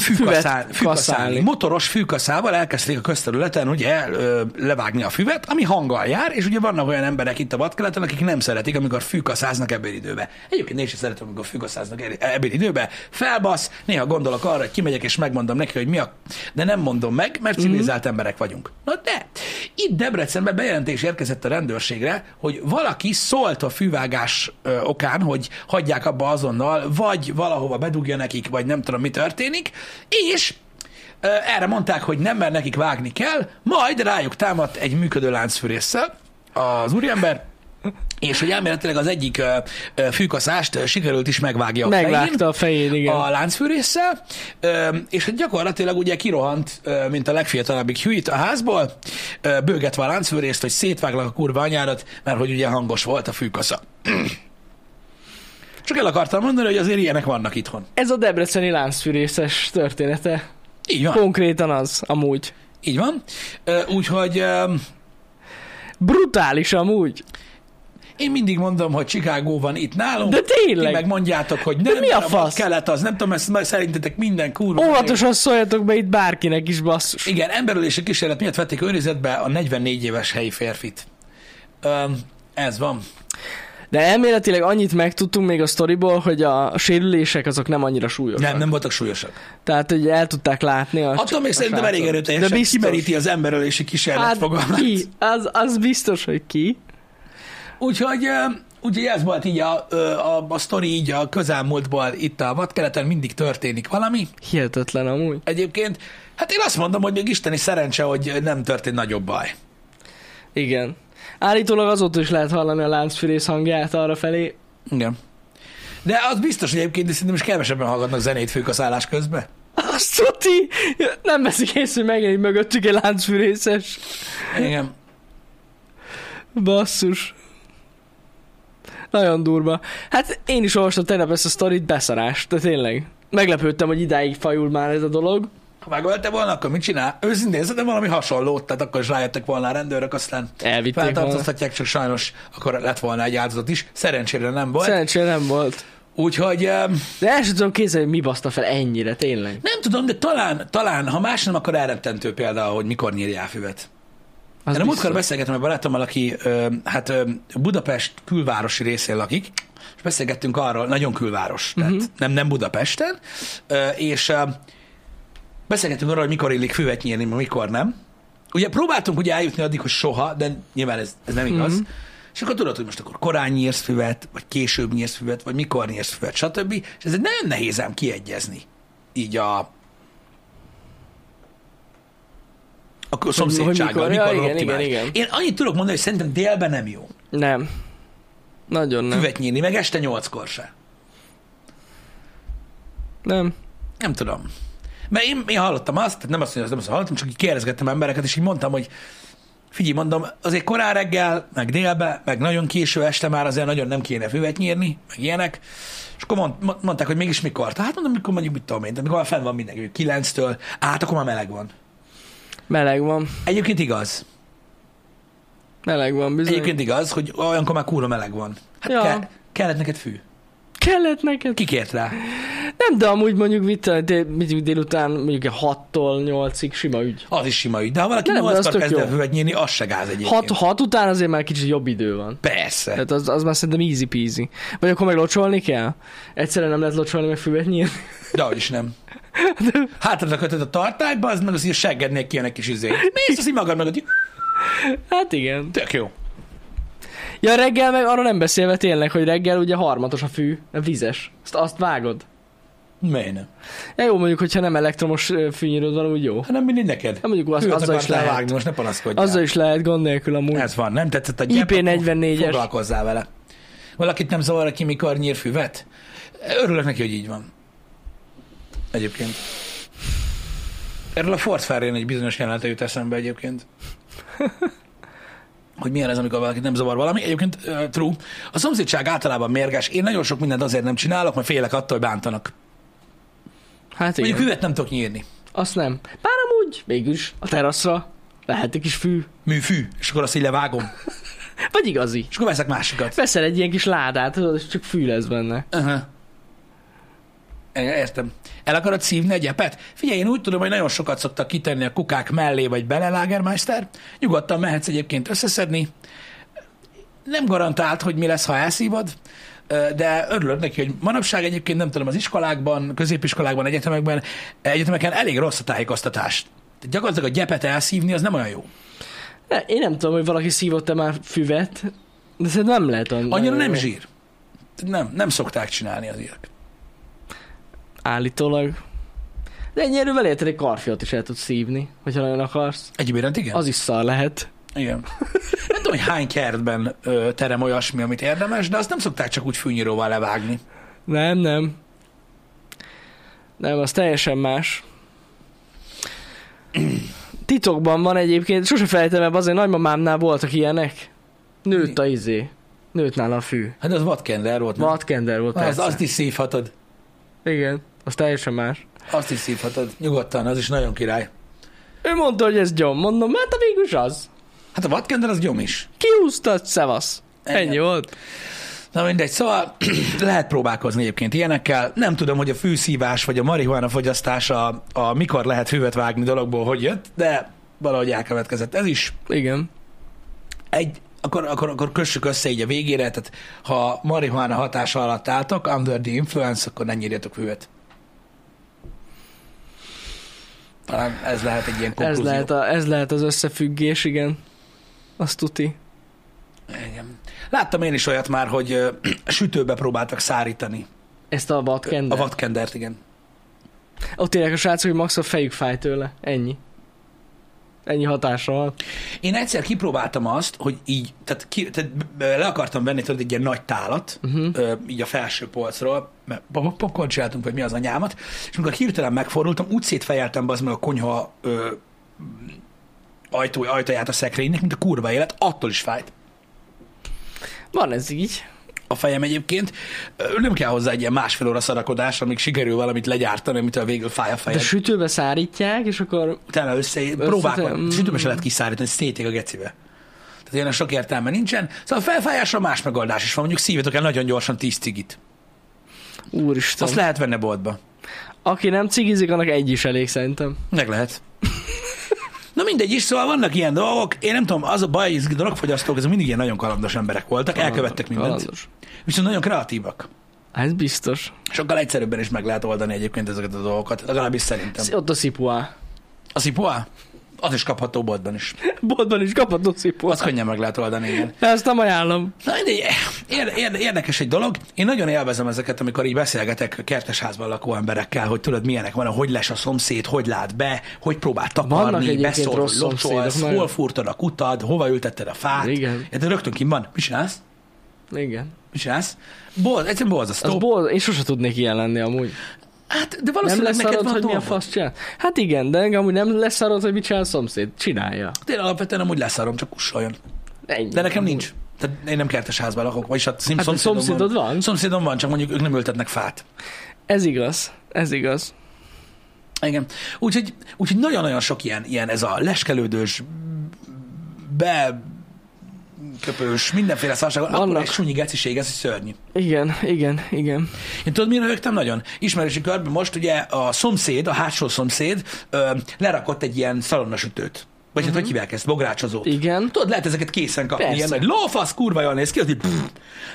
S1: fűkaszál,
S2: Füvet
S1: fűkaszálni.
S2: kaszálni.
S1: Motoros fűkaszával elkezdték a közterületen ugye ö, levágni a füvet, ami hanggal jár, és ugye vannak olyan emberek itt a vadkeleten, akik nem szeretik, amikor fűkaszáznak ebédidőbe. Egyébként én sem szeretem, amikor fűkaszáznak e- ebédidőbe. Felbasz, néha gondolok arra, hogy kimegyek és megmondom neki, hogy mi a... De nem mondom meg, mert civilizált mm-hmm. emberek vagyunk. Na de, itt Debrecenben bejelentés érkezett a rendőrségre, hogy valaki szólt a fűvágás ö, okán, hogy hagyják abba azonnal, vagy valahova bedugja nekik, vagy nem tudom, mi történik, és ö, erre mondták, hogy nem, mert nekik vágni kell, majd rájuk támadt egy működő láncfűrésszel az úriember, és hogy elméletileg az egyik ö, ö, fűkaszást ö, sikerült is megvágja a fején
S2: Megvágta a fejét, igen.
S1: a láncfűrésszel, ö, és hát gyakorlatilag ugye kirohant, ö, mint a legfiatalabbik hülyt a házból, ö, bőgetve a láncfűrészt, hogy szétváglak a kurva anyádat, mert hogy ugye hangos volt a fűkasza. Csak el akartam mondani, hogy azért ilyenek vannak itthon.
S2: Ez a debreceni láncfűrészes története.
S1: Így van,
S2: Konkrétan az, amúgy.
S1: így van. Ö, Úgyhogy ö,
S2: Brutális amúgy.
S1: én mindig mondom, hogy Chicago van itt nálunk.
S2: De
S1: Ti
S2: tényleg.
S1: meg mondjátok, hogy nem,
S2: De mi a
S1: mert
S2: fasz?
S1: kelet az, nem tudom, ezt már szerintetek minden kurva.
S2: Óvatosan szóljatok be itt bárkinek is, basszus.
S1: Igen, emberölési kísérlet miatt vették őrizetbe a 44 éves helyi férfit. Öm, ez van.
S2: De elméletileg annyit megtudtunk még a sztoriból, hogy a sérülések azok nem annyira súlyosak.
S1: Nem, nem voltak súlyosak.
S2: Tehát, hogy el tudták látni a...
S1: Attól még szerintem elég
S2: srácok.
S1: erőteljesen
S2: De biztos.
S1: kimeríti az emberölési kísérlet hát, fogalmát.
S2: ki? Az, az biztos, hogy ki.
S1: Úgyhogy, öm, úgyhogy ez volt így a, ö, a, a sztori így a közelmúltból itt a vadkeleten mindig történik valami.
S2: Hihetetlen amúgy.
S1: Egyébként, hát én azt mondom, hogy még isteni szerencse, hogy nem történt nagyobb baj.
S2: Igen. Állítólag azóta is lehet hallani a láncfűrész hangját arra felé.
S1: Igen. De az biztos, hogy egyébként szerintem is kevesebben hallgatnak zenét főkaszállás közben.
S2: Azt tuti! Nem veszik észre, hogy megjelenik mögöttük egy láncfűrészes.
S1: Igen.
S2: Basszus. Nagyon durva. Hát én is olvastam tegnap ezt a sztorit, beszarás, de tényleg. Meglepődtem, hogy idáig fajul már ez a dolog.
S1: Ha megölte volna, akkor mit csinál? Őszintén szerintem valami hasonlót, tehát akkor is rájöttek volna a rendőrök, aztán
S2: Elvitték volna.
S1: feltartóztatják, csak sajnos akkor lett volna egy áldozat is. Szerencsére nem volt. Szer-
S2: Szerencsére nem volt.
S1: Úgyhogy em,
S2: De el sem tudom képzelni, hogy mi baszta fel ennyire, tényleg.
S1: nem tudom, de talán, talán ha más nem, akkor elrettentő példa, hogy mikor nyírja a füvet.
S2: Az
S1: Én a múltkor
S2: biztos.
S1: beszélgettem egy barátommal, aki ö, hát ö, Budapest külvárosi részén lakik, és beszélgettünk arról, nagyon külváros, tehát
S2: Mhm.
S1: uh-huh. nem, nem Budapesten, ö, és ö, beszélgettünk arról, hogy mikor illik füvet nyírni, mikor nem. Ugye próbáltunk ugye eljutni addig, hogy soha, de nyilván ez, ez nem igaz.
S2: Mhm.
S1: Uh-huh. És akkor tudod, hogy most akkor korán nyírsz füvet, vagy később nyírsz füvet, vagy mikor nyírsz füvet, stb. És ez egy nagyon nehéz ám kiegyezni így a a szomszédsággal,
S2: Hogy
S1: mikor,
S2: mikor? Ja,
S1: mikor
S2: igen,
S1: optimális.
S2: igen, igen.
S1: Én annyit tudok mondani, hogy szerintem délben nem jó
S2: Nem. Nagyon nem.
S1: füvet nyírni, meg este nyolckor se.
S2: Nem.
S1: Nem tudom. Mert én, én hallottam azt, tehát nem azt mondom, azt nem azt hallottam, csak így kérdezgettem embereket, és így mondtam, hogy figyelj, mondom, azért korán reggel, meg délbe, meg nagyon késő este már azért nagyon nem kéne füvet nyírni, meg ilyenek. És akkor mond, mond- mondták, hogy mégis mikor. Tehát mondom, mikor mondjuk, mit tudom én, de mikor már fenn van mindenki, mondjuk kilenctől, át, akkor már meleg van.
S2: Meleg van.
S1: Egyébként igaz.
S2: Meleg van, bizony.
S1: Egyébként igaz, hogy olyankor már kúra meleg van. Hát ja.
S2: Ja.
S1: ke- kellett neked fű.
S2: Kellett neked?
S1: Kikért rá.
S2: Nem, de amúgy mondjuk mit, de, mondjuk délután mondjuk 6-tól 8-ig sima ügy.
S1: Az is sima ügy. De ha valaki
S2: Nem, de az
S1: 8-kor
S2: tök
S1: kezd el
S2: jó.
S1: füvet nyírni, az se gáz egyébként.
S2: 6, 6 után azért már kicsit jobb idő van.
S1: Persze.
S2: Tehát az, az már szerintem easy peasy. Vagy akkor meg locsolni kell? Egyszerűen nem lehet locsolni, meg füvet nyírni.
S1: De hogy is nem. Hátradra kötöd a tartályba, az meg az így a seggednél kijön egy kis
S2: [laughs]
S1: izé. Mész az így magad meg, hogy
S2: [laughs] Hát igen.
S1: tök jó.
S2: Ja, reggel meg arra nem beszélve tényleg, hogy reggel ugye harmatos a fű, a vizes. Azt, azt vágod.
S1: Miért nem?
S2: Ja, jó, mondjuk, hogyha nem elektromos ö, fűnyíród van, úgy jó.
S1: Hát nem mindig neked.
S2: Nem mondjuk, az, azzal is lehet.
S1: hát Vágni, most ne panaszkodjál.
S2: Azzal is lehet gond nélkül amúgy.
S1: Ez van, nem tetszett a gyep,
S2: IP44-es.
S1: akkor foglalkozzál vele. Valakit nem zavar, aki mikor nyír füvet? Örülök neki, hogy így van. Egyébként. Erről a Ford Ferrari-n egy bizonyos jelenete jut eszembe egyébként. Hogy milyen ez, amikor valakit nem zavar valami. Egyébként uh, true. A szomszédság általában mérges. Én nagyon sok mindent azért nem csinálok, mert félek attól, hogy bántanak.
S2: Hát igen.
S1: Mondjuk füvet nem tudok nyírni.
S2: Azt nem. Bár amúgy, mégis, a teraszra lehet egy kis fű.
S1: Műfű. És akkor azt így levágom.
S2: Vagy igazi.
S1: És akkor veszek másikat.
S2: Veszel egy ilyen kis ládát, tudod, és csak fű lesz benne.
S1: Uh-huh. E, Értem. El akarod szívni egy epet? Figyelj, én úgy tudom, hogy nagyon sokat szoktak kitenni a kukák mellé, vagy bele, Lagermeister. Nyugodtan mehetsz egyébként összeszedni. Nem garantált, hogy mi lesz, ha elszívod, ö, de örülök neki, hogy manapság egyébként nem tudom, az iskolákban, középiskolákban, egyetemekben, egyetemeken elég rossz a tájékoztatás. Tehát gyakorlatilag a gyepet elszívni az nem olyan jó.
S2: Ne, én nem tudom, hogy valaki szívott-e már füvet, de szerintem nem lehet annyira.
S1: Annyira nem zsír. Nem, nem szokták csinálni az írek.
S2: Állítólag. De ennyi erővel érted, egy karfiot is el tudsz szívni, hogyha nagyon akarsz.
S1: Egyébként igen.
S2: Az is szar lehet.
S1: Igen. Nem tudom, hogy hány kertben ö, terem olyasmi, amit érdemes, de azt nem szokták csak úgy fűnyíróval levágni.
S2: Nem, nem. Nem, az teljesen más. Titokban van egyébként, sose felejtem el, azért nagymamámnál voltak ilyenek. Nőtt a izé. Nőtt nála a fű.
S1: Hát az vadkender volt. nem?
S2: Matkender volt
S1: Az,
S2: persze.
S1: azt is szívhatod.
S2: Igen, az teljesen más.
S1: Azt is szívhatod. Nyugodtan, az is nagyon király.
S2: Ő mondta, hogy ez gyom. Mondom, hát a végül is az.
S1: Hát a vadkender az gyom is.
S2: Kiúztad, szevasz.
S1: Ennyi.
S2: Ennyi volt.
S1: Na mindegy, szóval [clears throat] lehet próbálkozni egyébként ilyenekkel. Nem tudom, hogy a fűszívás vagy a marihuána fogyasztása a, a mikor lehet füvet vágni dologból hogy jött, de valahogy elkövetkezett ez is.
S2: Igen.
S1: egy, akkor, akkor, akkor kössük össze így a végére, tehát ha marihuana hatása alatt álltok, under the influence, akkor ne nyírjatok hüvet. Talán ez lehet egy ilyen
S2: Ez
S1: konklúzió.
S2: lehet, a, ez lehet az összefüggés, igen. Azt tuti.
S1: Igen. Láttam én is olyat már, hogy ö, [clears throat] sütőbe próbáltak szárítani
S2: Ezt a
S1: a
S2: vadkender. Vad...
S1: vadkendert, igen.
S2: Ott írják a srácok, hogy max a fejük fáj tőle. Ennyi. Ennyi hatása van.
S1: Én egyszer kipróbáltam azt, hogy így, tehát, ki, tehát b- le akartam venni tudod, egy ilyen nagy tálat,
S2: Mhm.
S1: ö, így a felső polcról, mert pop- popcorn csináltunk, vagy mi az anyámat, és amikor hirtelen megfordultam, úgy szétfejeltem az meg a konyha ö, ajtó, ajtaját a szekrénynek, mint a kurva élet, attól is fájt
S2: Van ez így.
S1: a fejem egyébként. Ö, Nem kell hozzá egy ilyen másfél óra szarakodás, amíg sikerül valamit legyártani, amitől végül fáj a
S2: De
S1: fejed.
S2: sütőbe szárítják, és akkor
S1: utána össze, próbálkozni.
S2: mm.
S1: Sütőbe se lehet kiszárítani, szétég a gecibe. Tehát ilyen sok értelme nincsen. Szóval a felfájásra más megoldás is van. Mondjuk szívjatok el nagyon gyorsan 10 cigit. Szóval
S2: úristen.
S1: Azt lehet venni boltba.
S2: Aki nem cigizik, annak egy is elég szerintem.
S1: Meg lehet. [laughs] Na mindegy is, szóval vannak ilyen dolgok. Én nem tudom, az a baj, hogy a drogfogyasztók, ez mindig ilyen nagyon kalandos emberek voltak, elkövettek mindent.
S2: Kalandos.
S1: Viszont nagyon kreatívak.
S2: Hát biztos.
S1: Sokkal egyszerűbben is meg lehet oldani egyébként ezeket a dolgokat, legalábbis szerintem.
S2: Sz- Ott a szipuá.
S1: A szipoá? Az is kapható boltban is.
S2: [laughs] Boltban is kaphatod szipuát.
S1: Azt könnyen meg lehet oldani, igen.
S2: Ezt nem ajánlom.
S1: Na, mindegy, érde, érde, érdekes egy dolog. Én nagyon élvezem ezeket, amikor így beszélgetek kertesházban lakó emberekkel, hogy tudod, milyenek van, hogy les a szomszéd, hogy lát be, hogy próbál
S2: Vannak
S1: takarni,
S2: egyébként
S1: beszól, hogy
S2: rossz
S1: locsolsz,
S2: szomszédok, nagyon.
S1: hol furtad a kutad, hova ültetted a fát.
S2: Igen.
S1: De rögtön kim van. Mi csinálsz?
S2: Igen.
S1: Mi csinálsz? Bol, egyszerűen
S2: Az
S1: bolzasztó.
S2: bol... Én sose tudnék ilyen lenni amúgy.
S1: hát, de
S2: Nem
S1: valószínűleg
S2: lesz
S1: neked
S2: arad,
S1: van
S2: hogy mi a
S1: dolgod.
S2: fasz csinál? Hát igen, de engem amúgy nem lesz arad, hogy mit csinál a szomszéd. Csinálja.
S1: Hát Én alapvetően amúgy leszarom, csak ussoljon.
S2: Ennyi.
S1: De nekem nincs. Tehát én nem kertesházban lakok, vagyis hát, szim-
S2: Hát, de
S1: szomszédom
S2: szomszédod van?
S1: Szomszédom van, csak mondjuk ők nem ültetnek fát.
S2: Ez igaz. Ez igaz.
S1: Igen. Úgyhogy, úgyhogy nagyon-nagyon sok ilyen, ilyen ez a leskelődős, be köpős, mindenféle szarság, akkor
S2: Vannak.
S1: egy sunyi geciség, ez szörnyű.
S2: Igen, igen, igen.
S1: Én tudod, mire rögtem nagyon? Ismerősi körben most ugye a szomszéd, a hátsó szomszéd ö, lerakott egy ilyen szalonnasütőt. Vagy hát hogy hívják ezt? Bográcsozót.
S2: Mhm. Igen.
S1: Tudod, lehet ezeket készen kapni.
S2: Persze.
S1: Ilyen nagy lófasz, kurva jól néz ki, az így pff,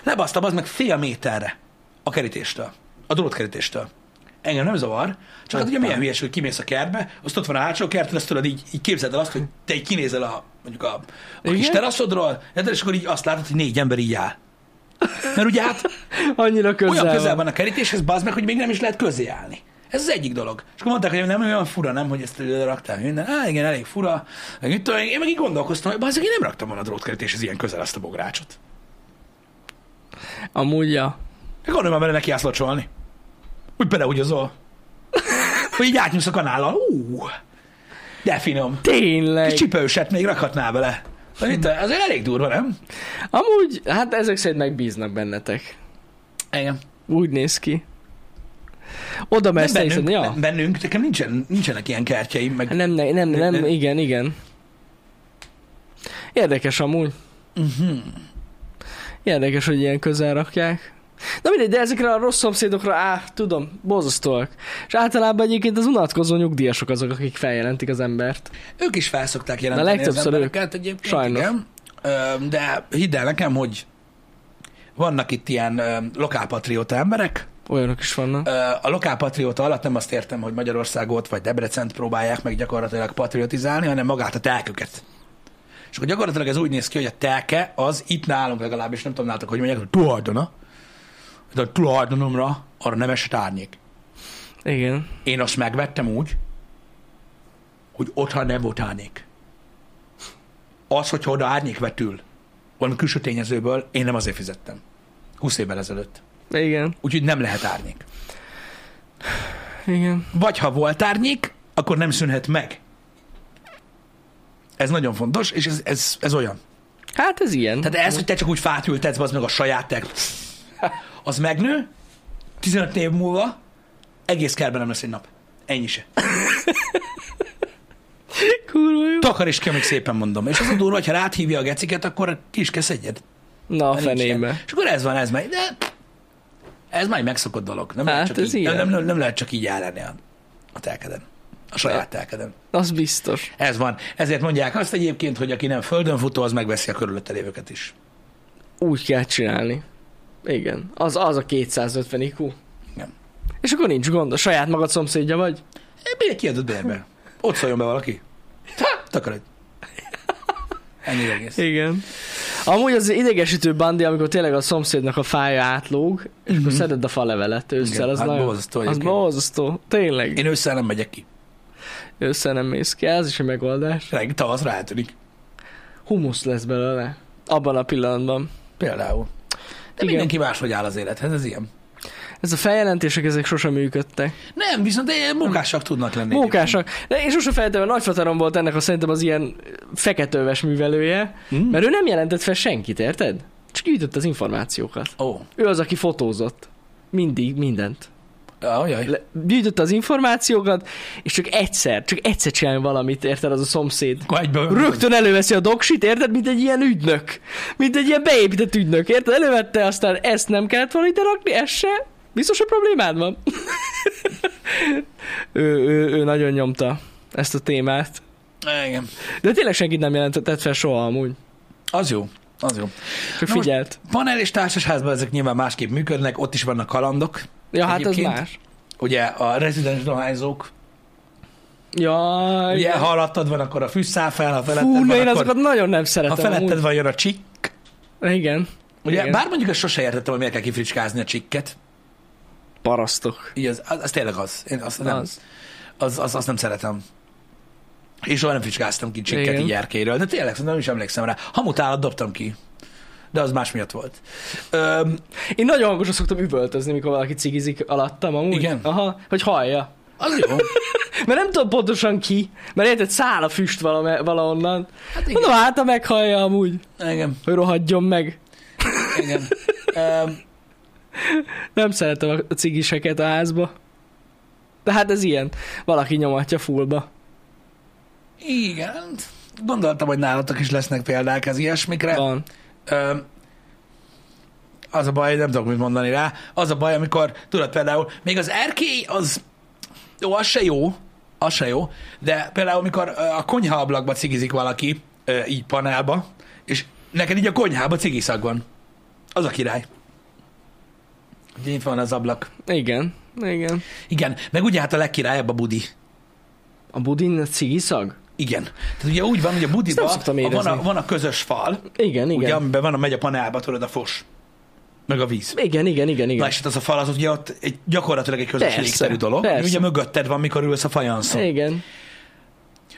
S1: lebasztam az meg fél méterre a kerítéstől. A drótkerítéstől. Engem nem zavar, csak hát ugye milyen hülyeség, hogy kimész a kertbe, azt ott van a hátsó kertben, azt tudod így, így képzeld el azt, hogy te így kinézel a, mondjuk a, a kis
S2: Igen.
S1: teraszodról, érted? és akkor így azt látod, hogy négy ember így áll. Mert ugye hát
S2: Annyira közel,
S1: olyan közel
S2: van.
S1: van a kerítéshez, bazd meg, hogy még nem is lehet közé állni. Ez az egyik dolog. És akkor mondták, hogy nem olyan fura, nem, hogy ezt ide raktál minden. Á, igen, elég fura. Meg mit tudom, én Én meg így gondolkoztam, hogy bazd meg, én nem raktam volna a drótkerítéshez ilyen közel azt a bográcsot.
S2: Amúgy, ja.
S1: Gondolom, bele neki ászlacsolni. Úgy
S2: [laughs]
S1: beleugyozol. Hogy így átnyúsz a kanállal. Ú, de finom.
S2: Tényleg.
S1: Egy csipőset még rakhatnál bele. Vagy Mit,
S2: Hmm.
S1: azért elég durva, nem?
S2: Amúgy, hát ezek szerint megbíznak bennetek.
S1: Igen.
S2: Úgy néz ki. Oda
S1: Nem
S2: mersz te hiszed,
S1: bennünk,
S2: ja?
S1: nem bennünk, nekem nincsen, nincsenek ilyen kártyaim, meg
S2: Hát Nem, nem, nem,
S1: Nem,
S2: nem,
S1: nem.
S2: igen, igen. Érdekes amúgy. Érdekes, hogy ilyen közel rakják. Na mindegy, de ezekre a rossz szomszédokra, á, tudom, borzasztóak. És általában egyébként az unatkozó nyugdíjasok azok, akik feljelentik az embert.
S1: Ők is felszokták jelenteni
S2: De legtöbbször
S1: az
S2: ők.
S1: embereket egyébként,
S2: Sajnos.
S1: igen. Öm, De hidd el nekem, hogy vannak itt ilyen öm, lokálpatrióta emberek.
S2: Olyanok is vannak.
S1: Ö, A lokálpatrióta alatt nem azt értem, hogy Magyarországot vagy Debrecent próbálják meg gyakorlatilag patriotizálni, hanem magát a telküket. És akkor gyakorlatilag ez úgy néz ki, hogy a telke az itt nálunk legalábbis, nem tudom nálatok, hogy mondják, hogy tulajdona. De a tulajdonomra arra nem esett árnyék.
S2: Igen.
S1: Én azt megvettem úgy, hogy otthon nem volt árnyék. Az, hogyha oda árnyék vetül, valami külső tényezőből, én nem azért fizettem. 20 évvel ezelőtt.
S2: Igen.
S1: Úgyhogy nem lehet árnyék.
S2: Igen.
S1: Vagy ha volt árnyék, akkor nem szűnhet meg. Ez nagyon fontos, és ez, ez, ez olyan.
S2: Hát ez ilyen.
S1: Tehát ez, hogy te csak úgy fát ültetsz, az meg a saját tek, [laughs] az megnő, 15 év múlva egész kerben nem lesz egy nap. Ennyi se.
S2: kurva jó.
S1: Takar is ki, amíg szépen mondom. És az a durva, hogyha rád hívja a geciket, akkor ki is keszedjed.
S2: Na a
S1: Ha nincs ilyen.
S2: fenébe.
S1: És akkor ez van, ez megy. De ez már egy megszokott dolog. Nem, lehet
S2: Hát
S1: csak
S2: ez
S1: így,
S2: ilyen.
S1: nem, nem, nem, lehet csak így állni a, a telkeden. A saját telkeden.
S2: Az biztos.
S1: Ez van. Ezért mondják azt egyébként, hogy aki nem földön futó, az megveszi a körülötte lévőket is.
S2: Úgy kell csinálni. Igen. Az, az a 250 IQ.
S1: Igen.
S2: És akkor nincs gond, a saját magad szomszédja vagy?
S1: Miért kiadod bérbe? Ott szóljon be valaki. Takarodj. Ennyi az egész.
S2: Igen. Amúgy az idegesítő bandi, amikor tényleg a szomszédnak a fája átlóg, és akkor szeded a falevelet ősszel,
S1: Mhm. Igen,
S2: az
S1: hát
S2: nagyon...
S1: borzasztó
S2: az
S1: egyébként.
S2: borzasztó, tényleg. Én...
S1: Én ősszel nem megyek ki.
S2: Össze nem mész ki, ez is egy megoldás.
S1: Reg, tavasz ráeltűnik.
S2: Humusz lesz belőle. Abban a pillanatban.
S1: Például. De
S2: Igen.
S1: mindenki máshogy áll az élethez, ez ilyen.
S2: Ez a feljelentések, ezek sosem működtek.
S1: Nem, viszont de munkásak tudnak lenni.
S2: Mókásak. De én sosem feltettem, a nagyfaterom volt ennek a szerintem az ilyen feketöves művelője,
S1: Mm.
S2: mert ő nem jelentett fel senkit, érted? Csak gyűjtött az információkat.
S1: egyébként. Ó,
S2: Ő az, aki fotózott. Mindig, mindent.
S1: ajaj.
S2: Le, gyűjtötte az információkat, és csak egyszer, csak egyszer csinálj valamit, érted, az a szomszéd.
S1: Akkor egyből
S2: Rögtön előveszi a doksit, érted, mint egy ilyen ügynök. Mint egy ilyen beépített ügynök, érted? Elővette, aztán ezt nem kellett volna ide rakni, ezt se. Biztos, hogy problémád van. [laughs] ő, ő, ő nagyon nyomta ezt a témát.
S1: Igen.
S2: De tényleg senkit nem jelentett fel soha amúgy.
S1: Az jó. Az jó.
S2: Csak
S1: Na most-
S2: figyelt.
S1: Panel és társasházban ezek nyilván másképp működnek, ott is vannak kalandok.
S2: Ja, hát az
S1: egyébként-
S2: más.
S1: Ugye a rezidens dohányzók,
S2: Ja,
S1: ugye
S2: igen.
S1: ha alattad van, akkor a fűszál fel, ha feletted
S2: Fú, na
S1: van,
S2: én
S1: akkor,
S2: azokat nagyon nem
S1: ha
S2: szeretem. amúgy.
S1: feletted van, jön a csik.
S2: Igen.
S1: Ugye,
S2: Igen.
S1: bár mondjuk ezt sose értettem, hogy miért kell kifricskázni a csikket.
S2: Parasztok.
S1: Így az, az, az tényleg az. Én azt nem,
S2: Az.
S1: az, az, azt nem szeretem. És soha nem fricskáztam ki csikket
S2: Igen.
S1: így erkéről, de tényleg szerintem nem is emlékszem rá. Hamutálat dobtam ki, de az más miatt volt. Öm,
S2: Én nagyon hangosan szoktam üvöltözni, mikor valaki cigizik alattam amúgy.
S1: Igen?
S2: Aha, hogy hallja.
S1: az jó.
S2: Mert nem tudom pontosan ki, mert érted, száll a füst valame, valahonnan. Hát Mondom, hát ha meghallja amúgy,
S1: Igen,
S2: hogy rohadjon meg.
S1: igen. Öm,
S2: Nem szeretem a cigiseket a házba. De hát ez ilyen. Valaki nyomatja fullba.
S1: igen. Gondoltam, hogy nálatok is lesznek példák az ilyesmikre.
S2: Van.
S1: Öm, az a baj, nem tudok mit mondani rá, az a baj, amikor, tudod például, még az erkély az, jó, az se jó, az se jó, de például amikor ö, a konyhaablakba cigizik valaki, ö, így panelba, és neked így a konyhába cigiszag van. Az a király. Ugye Itt van az ablak.
S2: Igen. Igen.
S1: Igen, meg ugye hát a legkirályabb a budi.
S2: A budin a cigiszag?
S1: Igen. Tehát ugye úgy van, hogy a
S2: Ezt nem
S1: budiban
S2: szoktam
S1: van a,
S2: érezni.
S1: van a közös fal,
S2: Igen, igen.
S1: ugye, amiben van, a megy a panelba, tudod, a fos. meg a víz.
S2: Igen, igen, igen, igen.
S1: Na és hát az a fal az ugye ott egy, gyakorlatilag egy közös
S2: Persze,
S1: légterű dolog,
S2: persze.
S1: ami ugye mögötted van, mikor ülsz a fajanszon.
S2: Igen.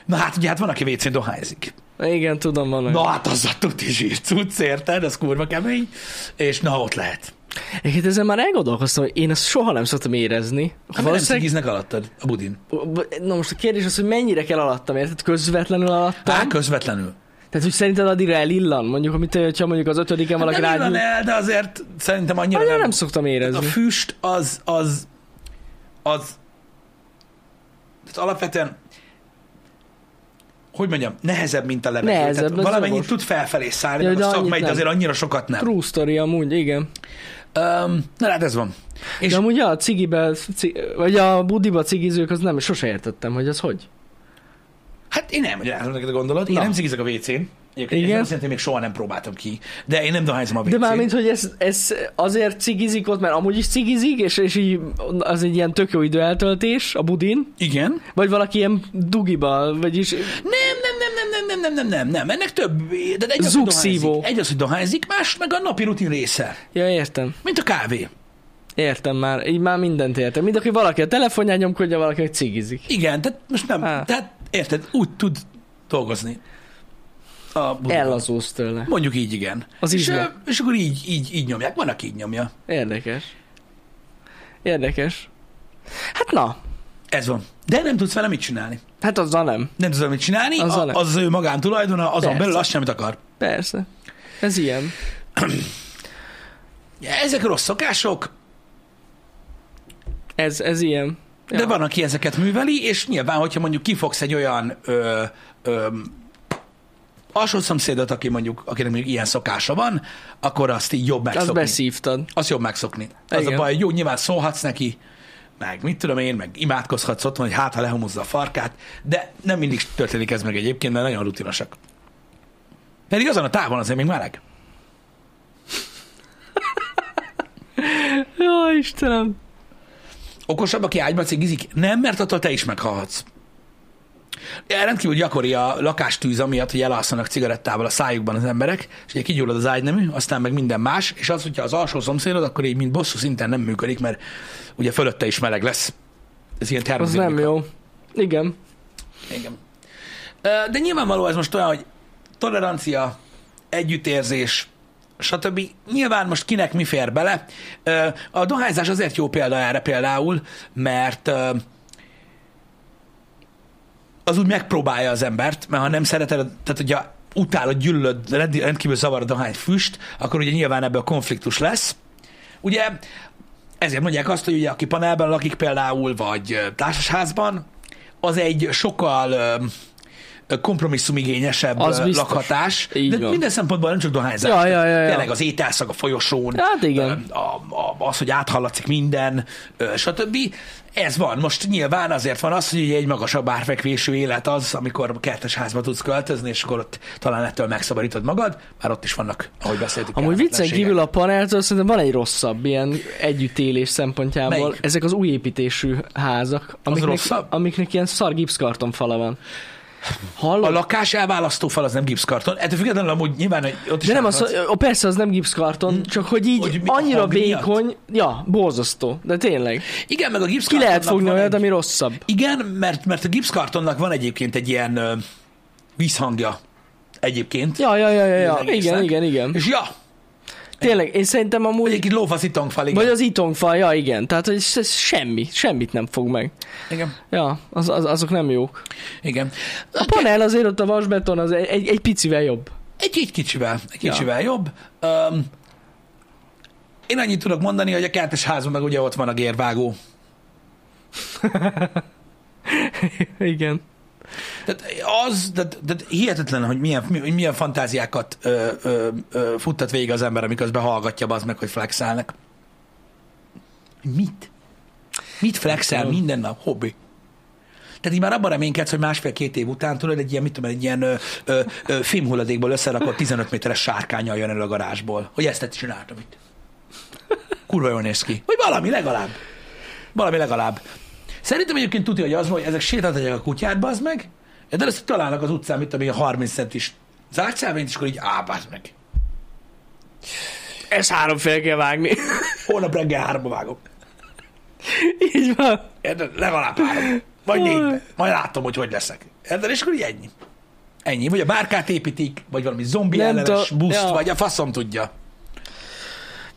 S1: Na hát ugye hát van, aki WC-n dohányzik.
S2: Igen, tudom, van.
S1: Na
S2: olyan.
S1: hát az a tuti zsír cucc, érted? Az kurva kemény. És na ott lehet. Hát
S2: Egyébként ezen már elgondolkoztam, hogy én ezt soha nem szoktam érezni.
S1: Hát nem cigiznek alattad a budin.
S2: Na most a kérdés az, hogy mennyire kell alattam, érted? Közvetlenül alattam?
S1: Á, Hát közvetlenül.
S2: Tehát, hogy szerinted addigra elillan? Mondjuk, amit te, ha mondjuk az ötödiken
S1: Hát
S2: valaki
S1: nem
S2: rágyújt.
S1: illan el, de azért szerintem annyira
S2: Annyira nem szoktam
S1: Hát A
S2: érezni.
S1: füst az, az, az, tehát alapvetően, hogy mondjam, nehezebb, mint a levegő.
S2: Nehezebb,
S1: tehát
S2: ez
S1: valamennyit
S2: jogos.
S1: tud felfelé szállni,
S2: Jaj,
S1: de
S2: de
S1: a
S2: annyit
S1: szakmai, de
S2: nem.
S1: azért annyira sokat nem.
S2: True story amúgy, igen.
S1: Um, na hát ez van. És-
S2: És de amúgy ja, a cigibe, ci, vagy a budiba cigizők, az nem, sose értettem, hogy az hogy.
S1: Hát én nem magyarázom neked a gondolat. Én
S2: Na.
S1: nem cigizek a WC-n. Egyébként
S2: Igen.
S1: Igen. Azt jelenti, még soha nem próbáltam ki. De én nem dohányzom a WC-n.
S2: De mármint, hogy ez, ez azért cigizik ott, mert amúgy is cigizik, és, és így az egy ilyen tök jó időeltöltés a budin,
S1: Igen.
S2: vagy valaki ilyen dugiba, vagyis
S1: Nem, nem, nem, nem, nem, nem, nem, nem, nem, nem. Ennek több. De egy az, hogy
S2: Zugszívó.
S1: dohányzik, egy az, hogy dohányzik, más meg a napi rutin része.
S2: Ja, értem.
S1: Mint a kávé.
S2: Értem már. Így már mindent értem. Mind, aki valaki a telefonján nyomkodja, valaki meg cigizik.
S1: Igen, tehát most nem.
S2: Á.
S1: Tehát érted, úgy tud dolgozni. A budiban.
S2: Ellazulsz tőle.
S1: Mondjuk így, igen.
S2: Az
S1: és,
S2: izma.
S1: ö, és akkor így, így, így nyomják. Van, aki így nyomja.
S2: Érdekes. Érdekes. Hát na,
S1: Ez van. De nem tudsz vele mit csinálni.
S2: hát azzal nem.
S1: Nem tudsz vele mit csinálni.
S2: Azzal
S1: a,
S2: nem.
S1: az az ő magántulajdona, azon
S2: Persze.
S1: belül azt sem, amit akar.
S2: Persze. Ez ilyen.
S1: Ezek rossz szokások,
S2: Ez, ez ilyen.
S1: De van, aki ezeket műveli, és nyilván, hogyha mondjuk kifogsz egy olyan ö, ö, alsó szomszédot, aki mondjuk, akinek mondjuk ilyen szokása van, akkor azt így jobb
S2: Azt
S1: megszokni.
S2: beszívtad.
S1: Azt jobb megszokni. Az
S2: Igen.
S1: a baj, jó, nyilván szólhatsz neki, meg mit tudom én, meg imádkozhatsz ott, van, hogy hát, ha lehomozza a farkát, de nem mindig történik ez meg egyébként, mert nagyon rutinosak. Pedig azon a távon azért még meleg.
S2: Jó, Istenem.
S1: Okosabb, aki ágyba cigizik? Nem, mert attól te is meghalhatsz. Ja, Rendkívül gyakori a lakástűz amiatt, hogy elalszanak cigarettával a szájukban az emberek, és ugye kigyullad az ágynemű, aztán meg minden más, és az, hogyha az alsó szomszédod, akkor így mint bosszú szinten nem működik, mert ugye fölötte is meleg lesz. Ez ilyen
S2: Az nem
S1: termodinamika.
S2: jó. Igen.
S1: Igen. Ö, De nyilvánvaló ez most olyan, hogy tolerancia, együttérzés, stb. Nyilván most kinek mi fér bele. Ö, A dohányzás azért jó példa erre például, mert ö, az úgy megpróbálja az embert, mert ha nem szereted, tehát hogyha utálod, gyűlölöd, rendi- rendkívül zavar a dohány füst, akkor ugye nyilván ebből konfliktus lesz. Ugye ezért mondják azt, hogy ugye aki panelben lakik például, vagy ö, társasházban, az egy sokkal ö, ö, kompromisszumigényesebb
S2: Az
S1: az
S2: biztos.
S1: lakhatás.
S2: Így
S1: de
S2: van.
S1: minden szempontból nem csak dohányzás.
S2: Ja,
S1: Tehát
S2: ja, ja, ja.
S1: Tényleg az ételszag a folyosón,
S2: Hát igen.
S1: ö, a, a, az, hogy áthallatszik minden, ö, stb. Ez van. Most nyilván azért van az, hogy ugye egy magasabb árfekvésű élet az, amikor kertes házba tudsz költözni, és akkor ott talán ettől megszabadítod magad, már ott is vannak, ahogy beszéltük.
S2: Amúgy viccen
S1: kellemetlenségek.
S2: kívül a paneltől szerintem van egy rosszabb ilyen együttélés szempontjából.
S1: Melyik?
S2: Ezek az új építésű házak, amiknek,
S1: rosszabb?
S2: amiknek ilyen szar gipszkarton fala van. Hallod?
S1: A lakás elválasztó fal az nem gipszkarton, ettől függetlenül amúgy nyilván, hogy ott is
S2: De nem az,
S1: láthatsz.
S2: ó, persze az nem gipszkarton, csak hogy így
S1: Hm. Hogy mi- a
S2: annyira
S1: hang miatt?
S2: vékony, ja, borzasztó, de tényleg.
S1: Igen, meg a
S2: Ki
S1: gipszkartonnak
S2: lehet fogni
S1: van
S2: olyat,
S1: egy-
S2: ami rosszabb?
S1: Igen, mert, mert a gipszkartonnak van egyébként egy ilyen ö, vízhangja egyébként.
S2: Ja, ja, ja, ja, ja.
S1: Az egésznek.
S2: igen, igen, igen.
S1: És ja,
S2: Tényleg, én szerintem amúgy,
S1: egyébként lófasz itangfal, igen.
S2: vagy az itongfal, ja igen, tehát hogy ez- ez semmi, semmit nem fog meg.
S1: igen.
S2: Ja, az, az, azok nem jók.
S1: igen.
S2: A panel azért ott a vasbeton az egy, egy, egy picivel jobb. [laughs]
S1: Egy, egy kicsivel, egy kicsivel ja. jobb. Um, én annyit tudok mondani, hogy a kertes házban meg ugye ott van a gérvágó.
S2: igen.
S1: Tehát az, tehát, tehát hihetetlen, hogy milyen, mi- milyen fantáziákat ö, ö, ö, futtat végig az ember, amiközben hallgatja az meg, hogy flexelnek. Mit? Mit flexel
S2: tudom.
S1: minden nap? Hobbi. Tehát így már abban reménykedsz, hogy másfél-két év után tudod, egy ilyen, mit tudom, én, egy ilyen ö, ö, ö, fémhulladékból összerakott 15 méteres sárkányal jön elő a garázsból. Hogy ezt tett csináltam itt. Kurva jól néz ki. Vagy valami legalább. Valami legalább. Szerintem egyébként tudja, hogy az, van, hogy ezek sétáltatják a kutyát, bazd meg, de azt találnak az utcán, mit tudom én, 30 centis zárt száményt, és akkor így ábáz meg.
S2: ez három fél kell vágni. [laughs]
S1: Holnap reggel háromba vágom.
S2: Így van.
S1: Érted? Legalább három. Vagy
S2: Jaj.
S1: négybe. Majd látom, hogy hogy leszek. Érted? És akkor így ennyi. Ennyi. Vagy a bárkát építik, vagy valami zombi
S2: Nem
S1: ellenes
S2: tudom.
S1: buszt,
S2: Ja.
S1: vagy a faszom tudja.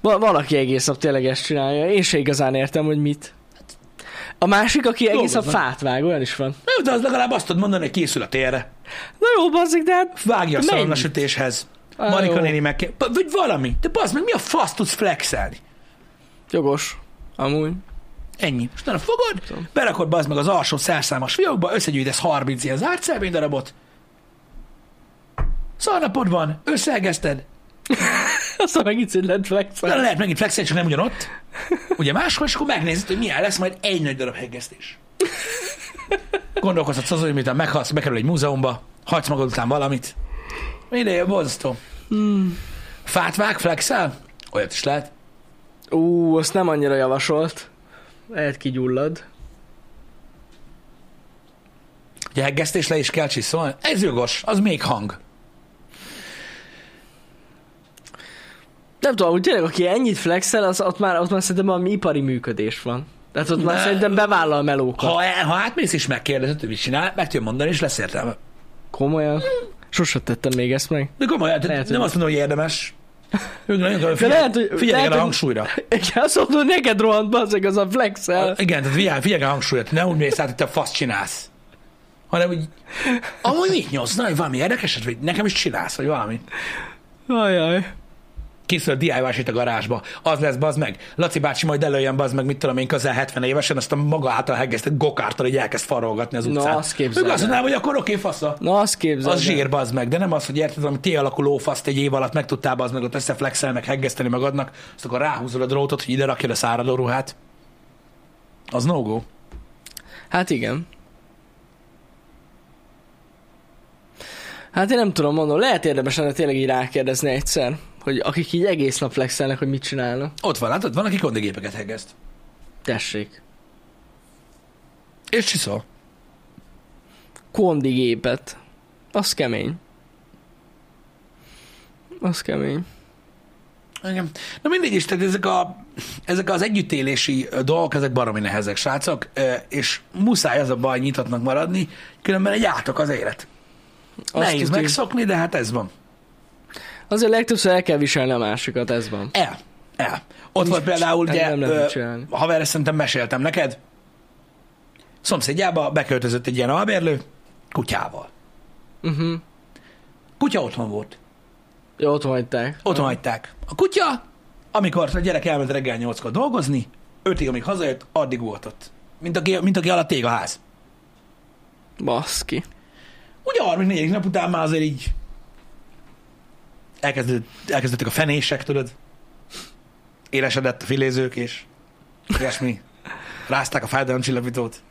S2: Va- valaki egész nap tényleg ezt csinálja. Én se igazán értem, hogy mit. A másik, aki egész nap
S1: Dolgoznak.
S2: fát vág, olyan is van.
S1: Na jó, de az legalább azt tud mondani, hogy készül a térre.
S2: Na jó, bazzik, de hát
S1: Vágja a szalonna
S2: Menj.
S1: sütéshez.
S2: Á,
S1: Marika
S2: jó.
S1: néni meg kell. Vagy valami. De bazd meg, mi a fasz tudsz flexelni?
S2: jogos. Amúgy.
S1: Ennyi. És utána fogod,
S2: Tudom.
S1: berakod bazd meg az alsó szerszámos fiókba, összegyűjtesz 30 ilyen zárt szelvénydarabot. Szarnapod Szóval van, összeegezted,
S2: [laughs] Aztán meg itt lett
S1: De
S2: flexel.
S1: lehet megint flexelni, csak nem ugyanott. Ugye máshol, és akkor megnézed, hogy milyen lesz majd egy nagy darab hegesztés. Gondolkozhatsz azon, hogy miután meghalsz, bekerül egy múzeumba, hagysz magad után valamit. Ideje, borzasztó. Fát vág, flexel? Olyat is lehet.
S2: Ú, azt nem annyira javasolt. Lehet kigyullad.
S1: Ugye hegesztés le is kell csiszolni. Ez jogos, az még hang.
S2: Nem tudom, úgy tényleg, aki ennyit flexel, az ott már, ott már szerintem valami ipari működés van. Tehát ott már
S1: Ne.
S2: szerintem bevállal melókat.
S1: Ha, el, ha átmész és megkérdezed, hogy mit csinál, meg tudja mondani, és lesz értelme.
S2: Komolyan. Sose tettem még ezt meg.
S1: De komolyan, tehát
S2: Lehet,
S1: nem
S2: hogy-
S1: azt mondom, hogy érdemes. Ők nagyon figyelj,
S2: lehet, hogy-
S1: figyelj
S2: lehet,
S1: el a
S2: hogy-
S1: hangsúlyra.
S2: Igen, azt mondom, hogy neked rohant, bazzeg, az a
S1: A-
S2: flexel.
S1: Igen, tehát figyelj, figyelj a hangsúlyot, ne úgy mész át, hogy te fasz csinálsz. Hanem úgy, amúgy mit nyomsz? Na, hogy valami érdekeset, vagy nekem is csinálsz, vagy valami.
S2: Ajaj.
S1: Készül a diy itt a garázsba. Az lesz, bazd meg. Laci bácsi majd előjön, bazd meg, mit tudom én, közel 70 évesen, azt a maga által hegesztett gokártal, hogy elkezd farolgatni az
S2: Na,
S1: utcán.
S2: azt képzeld
S1: Ők azt
S2: el.
S1: mondanám, hogy akkor oké, fasza.
S2: Na, azt képzeld.
S1: Az
S2: el.
S1: zsír, bazd meg, de nem az, hogy érted, ami T-alakú lófaszt egy év alatt meg tudtál, bazd meg, ott összeflexel, meg heggeszteni magadnak, azt akkor ráhúzod a drótot, hogy ide rakjad a száradó ruhát. Az no-go.
S2: Hát igen. Hát én nem tudom, mondom, lehet érdemes lenne tényleg így rákérdezni egyszer, hogy akik így egész nap flexelnek, hogy mit csinálnak.
S1: Ott van, látod, van, aki kondigépeket heggeszt.
S2: Tessék.
S1: És csiszol.
S2: kondigépet. Az kemény. Az kemény.
S1: Igen. Na mindegy is, tehát ezek, a, ezek az együttélési ö, dolgok, ezek baromi nehezek, srácok, ö, és muszáj az a baj nyitatnak maradni, különben egy átok az élet.
S2: Azt
S1: Nehéz
S2: tudjuk.
S1: megszokni, de hát ez van.
S2: Azért legtöbbször el kell viselni a másikat, ez van.
S1: El. El. E, Ott volt például,
S2: nem
S1: ugye,
S2: lehet mit
S1: ö,
S2: csinálni.
S1: haver, ezt szerintem meséltem neked, szomszédjába beköltözött egy ilyen albérlő, kutyával.
S2: Uh-huh.
S1: Kutya otthon volt.
S2: Jó, ott hagyták.
S1: Otthon hagyták. A kutya, amikor a gyerek elment reggel 8-kor dolgozni, 5-ig, amíg hazajött, addig ugatott. Mint aki, mint aki alatt ég a ház.
S2: Baszki.
S1: Ugye a 34. nap után már azért így elkezdődött, elkezdődtek a fenések, tudod? Élesedett a filézők és ilyesmi. Rázták a fájdalomcsillapítót.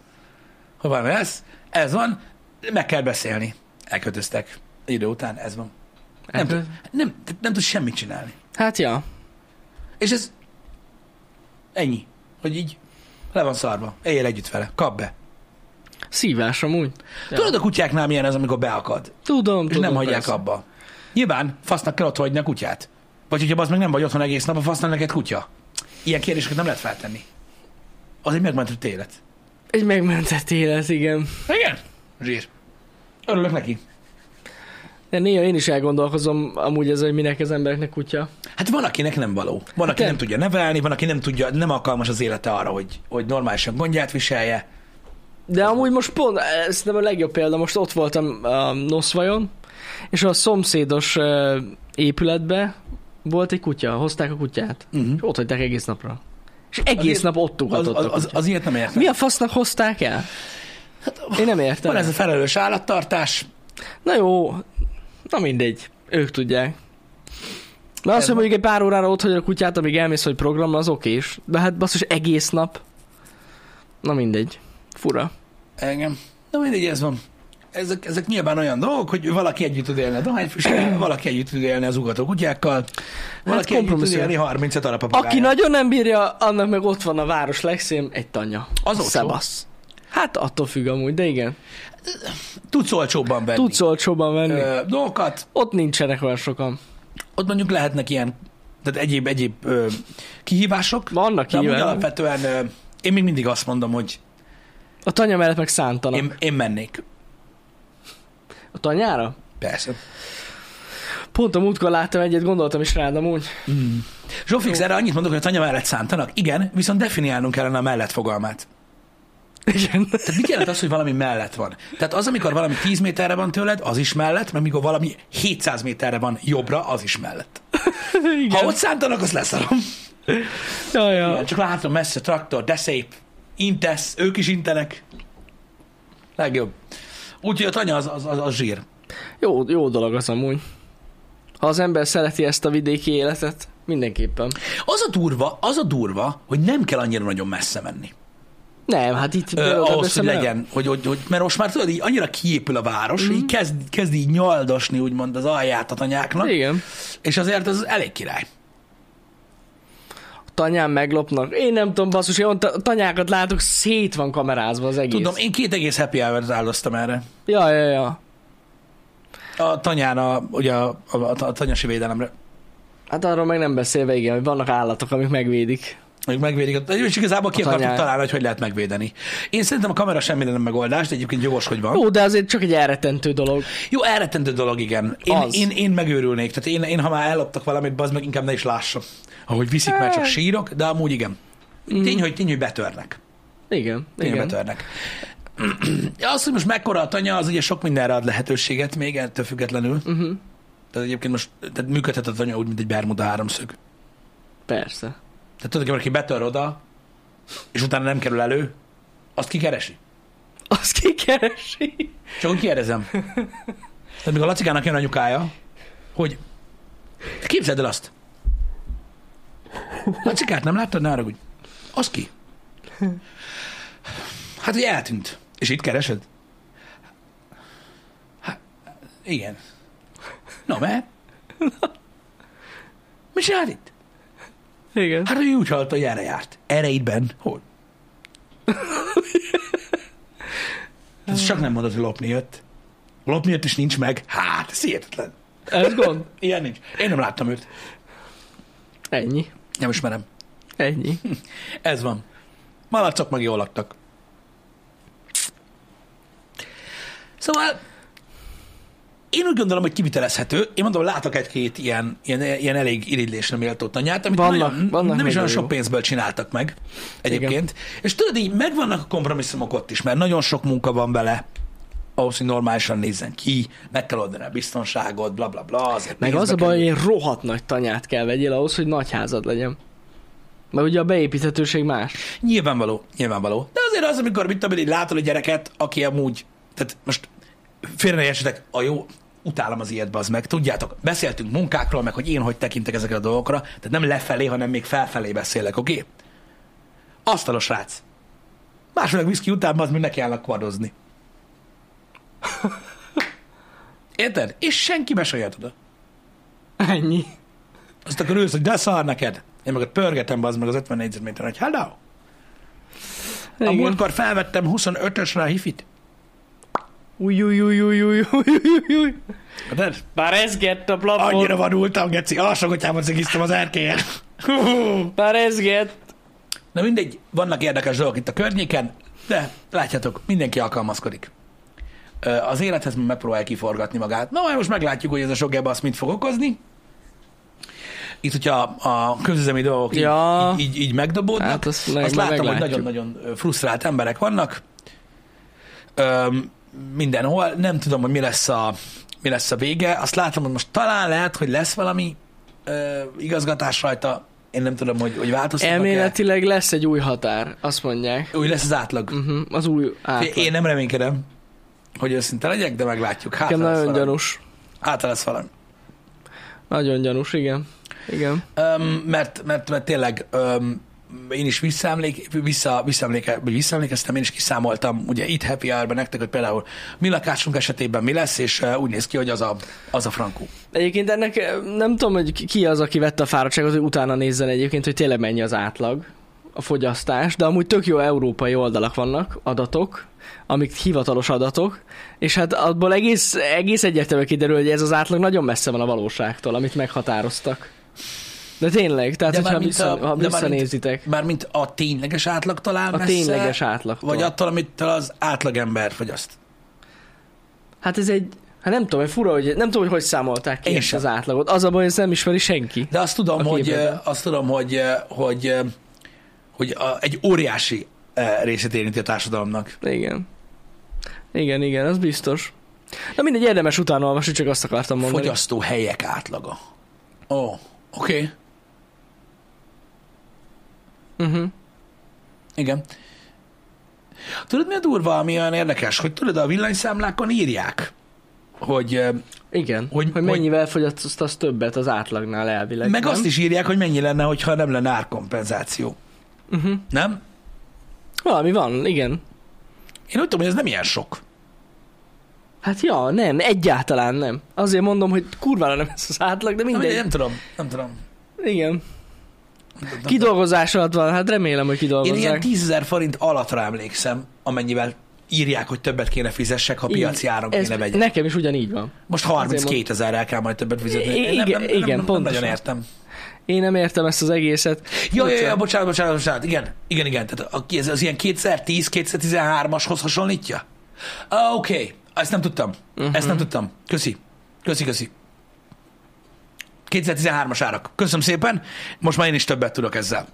S1: Hogy valami lesz? Ez van, meg kell beszélni. Elkötöztek. Idő után ez van. Nem, tud- nem, tehát nem tud semmit csinálni.
S2: Hát ja.
S1: És ez ennyi, hogy így le van szarva. Éljél együtt vele, kap be.
S2: Szívás amúgy. Ja.
S1: Tudod, a kutyáknál milyen ez, amikor beakad,
S2: Tudom,
S1: és
S2: tudom.
S1: nem hagyják
S2: persze.
S1: abba. Nyilván fasznak kell ott hagyni a kutyát. Vagy hogyha az meg nem vagy otthon egész nap, a fasznak neked kutya. Ilyen kérdéseket nem lehet feltenni. Az egy megmentett élet.
S2: Egy megmentett élet, igen.
S1: Igen? Zsír. Örülök neki.
S2: De néha én is elgondolkozom amúgy ez, hogy minek az embereknek kutya.
S1: Hát van, akinek nem való. Van, aki
S2: nem.
S1: nem tudja nevelni, van, aki nem tudja, nem alkalmas az élete arra, hogy, hogy normálisan gondját viselje.
S2: De amúgy most pont, ez nem a legjobb példa, most ott voltam a Noszvajon, és a szomszédos ö, épületbe volt egy kutya, hozták a kutyát,
S1: Mhm.
S2: és ott hagyták egész napra. És egész
S1: Az-
S2: nap ott
S1: Az,
S2: ugatott
S1: az,
S2: a
S1: az,
S2: kutya.
S1: az ilyet nem értem.
S2: Mi a fasznak hozták el? Én nem értem.
S1: Hát, Van ez a felelős állattartás,
S2: Na jó, na mindegy, ők tudják. Na azt,
S1: Ez
S2: hogy
S1: van.
S2: mondjuk egy pár órára ott hagyod a kutyát, amíg elmész, hogy programra, az oké is. De hát basszus, egész nap. Na mindegy. Fura.
S1: Engem. Na mindegy, ez van. Ezek, ezek nyilván olyan dolgok, hogy valaki együtt tud élni a
S2: [clears throat]
S1: dohányfüsttel, valaki együtt tud élni az ugató kutyákkal, valaki együtt tud
S2: Hát kompromisszum.
S1: élni 35 alapapagájával.
S2: Aki nagyon nem bírja, annak meg ott van a város legszém egy tanya.
S1: Az olcsó.
S2: Szebasz. Hát attól függ amúgy, de igen.
S1: Tudsz olcsóbban venni
S2: Tudsz olcsóban venni.
S1: ö, dolgokat,
S2: Ott nincsenek olyan sokan.
S1: ott mondjuk lehetnek ilyen tehát egyéb, egyéb ö, kihívások.
S2: Vannak
S1: De amúgy
S2: ilyen.
S1: alapvetően ö, én még mindig azt mondom, hogy
S2: A tanya mellett meg szántanak.
S1: én, én mennék.
S2: A tanyára?
S1: Persze.
S2: Pont a múltkor láttam egyet, gondoltam is rád amúgy. [laughs]
S1: Mm. Zsófix, erre annyit mondok, hogy a tanya mellett szántanak. Igen, viszont definiálnunk kellene a mellett fogalmát.
S2: Igen.
S1: Tehát mit jelent az, hogy valami mellett van? Tehát az, amikor valami 10 méterre van tőled, az is mellett, meg mikor valami 700 méterre van jobbra, az is mellett.
S2: Igen.
S1: Ha ott szántanak, azt leszarom.
S2: Ja, ja.
S1: Igen, csak látom messze traktor, de szép. Intesz, ők is intenek. Legjobb. Úgyhogy a tanya az, az, az, az zsír.
S2: Jó, jó dolog az amúgy. Ha az ember szereti ezt a vidéki életet, mindenképpen.
S1: Az a durva, az a durva, hogy nem kell annyira nagyon messze menni.
S2: Nem, hát itt...
S1: Ö,
S2: Budapest
S1: ahhoz, hogy
S2: nem.
S1: legyen, hogy, hogy, hogy, mert most már tudod, így annyira kiépül a város, mm.
S2: Mhm.
S1: így kezd, kezd így nyaldasni úgymond az alját a tanyáknak,
S2: Igen.
S1: és azért az elég király.
S2: A tanyán meglopnak. Én nem tudom, basszus, én a tanyákat látok, szét van kamerázva az egész.
S1: Tudom, én két egész happy hour áldoztam erre.
S2: Ja, ja, ja.
S1: A tanyán, a, ugye a, a, a, a tanyasi védelemre.
S2: Hát arról meg nem beszélve, igen, hogy vannak állatok, amik megvédik.
S1: Hogy megvédik. a- És igazából ki
S2: A
S1: akartuk
S2: tanyán.
S1: találni, hogy hogy lehet megvédeni. Én szerintem a kamera semmire nem megoldás, de egyébként jogos, hogy van.
S2: Jó, de azért csak egy elretentő dolog.
S1: Jó, elrettentő dolog, igen. Én,
S2: Az.
S1: én, én megőrülnék. Tehát én, én, ha már elloptak valamit, bazd meg, inkább ne is lássam. Ahogy viszik, már csak sírok, de amúgy igen. Tény, hogy, tény, hogy betörnek.
S2: Igen,
S1: Tény, hogy
S2: Mm. igen.
S1: betörnek. [clears throat] Azt, hogy most mekkora a tanya, az ugye sok mindenre ad lehetőséget még ettől függetlenül.
S2: Uh-huh.
S1: Tehát egyébként most tehát működhet a tanya úgy, mint egy Bermuda háromszög.
S2: Persze.
S1: Tehát tudod, hogy valaki betör oda, és utána nem kerül elő, azt kikeresi.
S2: Az kikeresi.
S1: Csak úgy kérdezem. Tehát mikor a Lacikának jön anyukája, hogy képzeld el azt. Lacikát nem láttad? Ne haragudj. Az ki? Hát, hogy eltűnt. És itt keresed? Hát, igen. Na, mert? Mi csinált itt?
S2: Igen.
S1: Hát ő úgy halt, hogy erre járt. Erre itt benn. Hol? Ez csak nem mondod, hogy lopni jött. Lopni jött, és nincs meg. Hát, ez hihetetlen.
S2: Ez gond.
S1: Ilyen nincs. Én nem láttam őt.
S2: Ennyi.
S1: Nem ismerem.
S2: Ennyi.
S1: Ez van. Malacok meg jól laktak. Szóval én úgy gondolom, hogy kivitelezhető. Én mondom, látok egy-két ilyen, ilyen, ilyen elég irigylésre méltó tanyát, amit
S2: Vannak-
S1: nagyon,
S2: vannak
S1: nem is
S2: még
S1: olyan
S2: jó.
S1: sok pénzből csináltak meg egyébként. Igen. És tudod, így megvannak a kompromisszumok ott is, mert nagyon sok munka van bele, ahhoz, hogy normálisan nézzen ki, meg kell oldani a biztonságot, bla bla bla. Azért
S2: Meg
S1: pénzbe
S2: az a baj,
S1: kerül.
S2: hogy egy rohadt nagy tanyát kell vegyél ahhoz, hogy nagy házad legyen. Mert ugye a beépíthetőség más.
S1: Nyilvánvaló, nyilvánvaló. De azért az, amikor mit tudom én, így látod a gyereket, aki amúgy, tehát most félre ne értsetek, a jó, utálom az ilyet, az meg. Tudjátok, beszéltünk munkákról, meg hogy én hogy tekintek ezekre a dolgokra, tehát nem lefelé, hanem még felfelé beszélek, oké? Okay? Asztalos srác. Második viszki után az mindenki állnak kvadozni. [laughs] Érted? És senki be se jöhet oda.
S2: Ennyi.
S1: Azt akkor ősz, hogy de szar neked. Én meg ott pörgetem, az meg az 50 négyzetméteren, hogy hello. A
S2: Igen.
S1: múltkor felvettem 25-ösre a hifit.
S2: Új, új, új, új, új, új, új, új.
S1: De
S2: Már rezgett a plafon.
S1: annyira vadultam, geci, alsógatyámat szegiztem az erkélyen. Hú.
S2: Már rezgett.
S1: Na mindegy, vannak érdekes dolgok itt a környéken, de látjátok, mindenki alkalmazkodik. Ö, Az élethez megpróbálja kiforgatni magát. Na, majd most meglátjuk, hogy ez a sok ebbe azt mit fog okozni. Itt, hogyha a közüzemi dolgok így-
S2: Ja.
S1: így, így, így megdobódnak,
S2: Hát azt meg-
S1: azt látom, hogy
S2: meglátjuk.
S1: nagyon-nagyon frusztrált emberek vannak. Öm, mindenhol. Nem tudom, hogy mi lesz, a, mi lesz a vége. Azt látom, hogy most talán lehet, hogy lesz valami ö, igazgatás rajta. Én nem tudom, hogy, hogy változtatnak
S2: Elméletileg lesz egy új határ, azt mondják.
S1: Úgy lesz az átlag.
S2: Uh-huh, az új
S1: átlag.
S2: átlag.
S1: Én nem reménykedem, hogy őszinte legyek, de meglátjuk. Hát, ha
S2: Nekem
S1: lesz
S2: nagyon
S1: valami.
S2: gyanús.
S1: Hát, ha lesz valami.
S2: Nagyon gyanús, igen. Igen.
S1: Öm, mert, mert, mert tényleg öm, én is visszaemlék, vissza, visszaemléke, vagy visszaemlékeztem, én is kiszámoltam, ugye itt Happy hour nektek, hogy például mi lakásunk esetében mi lesz, és ö, úgy néz ki, hogy az a, az a frankó.
S2: Egyébként ennek eh, nem tudom, hogy ki- ki az, aki vette a fáradtságot, hogy utána nézzen egyébként, hogy tényleg mennyi az átlag a fogyasztás, de amúgy tök jó európai oldalak vannak, adatok, amik hivatalos adatok, és hát abból egész, egész egyértelműen kiderül, hogy ez az átlag nagyon messze van a valóságtól, amit meghatároztak. De tényleg, tehát
S1: De
S2: de hogyha
S1: mármint
S2: vissza,
S1: a-
S2: ha
S1: de mármint-
S2: visszanézitek.
S1: Mármint a tényleges átlagtól áll
S2: A
S1: messze,
S2: tényleges átlagtól.
S1: Vagy attól, amit az átlagember fogyaszt.
S2: Hát ez egy, hát nem tudom, hogy fura, hogy nem tudom, hogy hogy számolták ki
S1: Én
S2: ezt
S1: sem.
S2: az átlagot. Az a baj, hogy ezt nem ismeri senki.
S1: De azt tudom,
S2: Aki
S1: hogy,
S2: ébred.
S1: eh, azt tudom, hogy, eh, hogy, eh, hogy a, egy óriási eh, részét érinti a társadalomnak.
S2: Igen. Igen, igen, az biztos. Na mindegy, érdemes utána olvasni, csak azt akartam mondani.
S1: Fogyasztó helyek átlaga. Ó, oh, oké. Okay.
S2: Uh-huh.
S1: Igen. Tudod, mi a durva, ami olyan érdekes, hogy tudod, a villanyszámlákon írják, hogy eh,
S2: Igen,
S1: Hogy-
S2: hogy,
S1: hogy-
S2: hogy mennyivel fogyasztasz többet az átlagnál elvileg.
S1: meg
S2: nem?
S1: azt is írják, hogy mennyi lenne, hogyha nem lenne árkompenzáció.
S2: Uh-huh.
S1: Nem?
S2: Valami van, igen.
S1: Én úgy tudom, hogy ez nem ilyen sok.
S2: Hát ja, nem, egyáltalán nem. Azért mondom, hogy kurvára nem ez az átlag, de
S1: Nem,
S2: mindegy.
S1: nem tudom, nem tudom.
S2: Igen.
S1: Nem tudom.
S2: Kidolgozás alatt van, hát remélem, hogy
S1: Én
S2: kidolgozzák.
S1: ilyen 10 000 forint alatra emlékszem, amennyivel írják, hogy többet kéne fizessek, ha
S2: Így.
S1: piaci áron
S2: Ez
S1: kéne vegyek.
S2: nekem is ugyanígy van.
S1: Most
S2: azért
S1: 32 ezerrel kell majd többet fizetni.
S2: I-
S1: Én nem, nem,
S2: igen,
S1: nem,
S2: igen,
S1: nem, nem nagyon
S2: pontosan.
S1: értem.
S2: Én nem értem ezt az egészet.
S1: Jó, jó,
S2: Furcsa.
S1: jó, bocsánat, bocsánat, bocsánat. Igen, igen, igen. Tehát aki ez az ilyen 2010-2013-ashoz hasonlítja? Ah, Oké, okay. ezt nem tudtam. Uh-huh. Ezt nem tudtam. Köszi. Köszi, köszi. 2013-as árak. Köszönöm szépen. Most már én is többet tudok ezzel.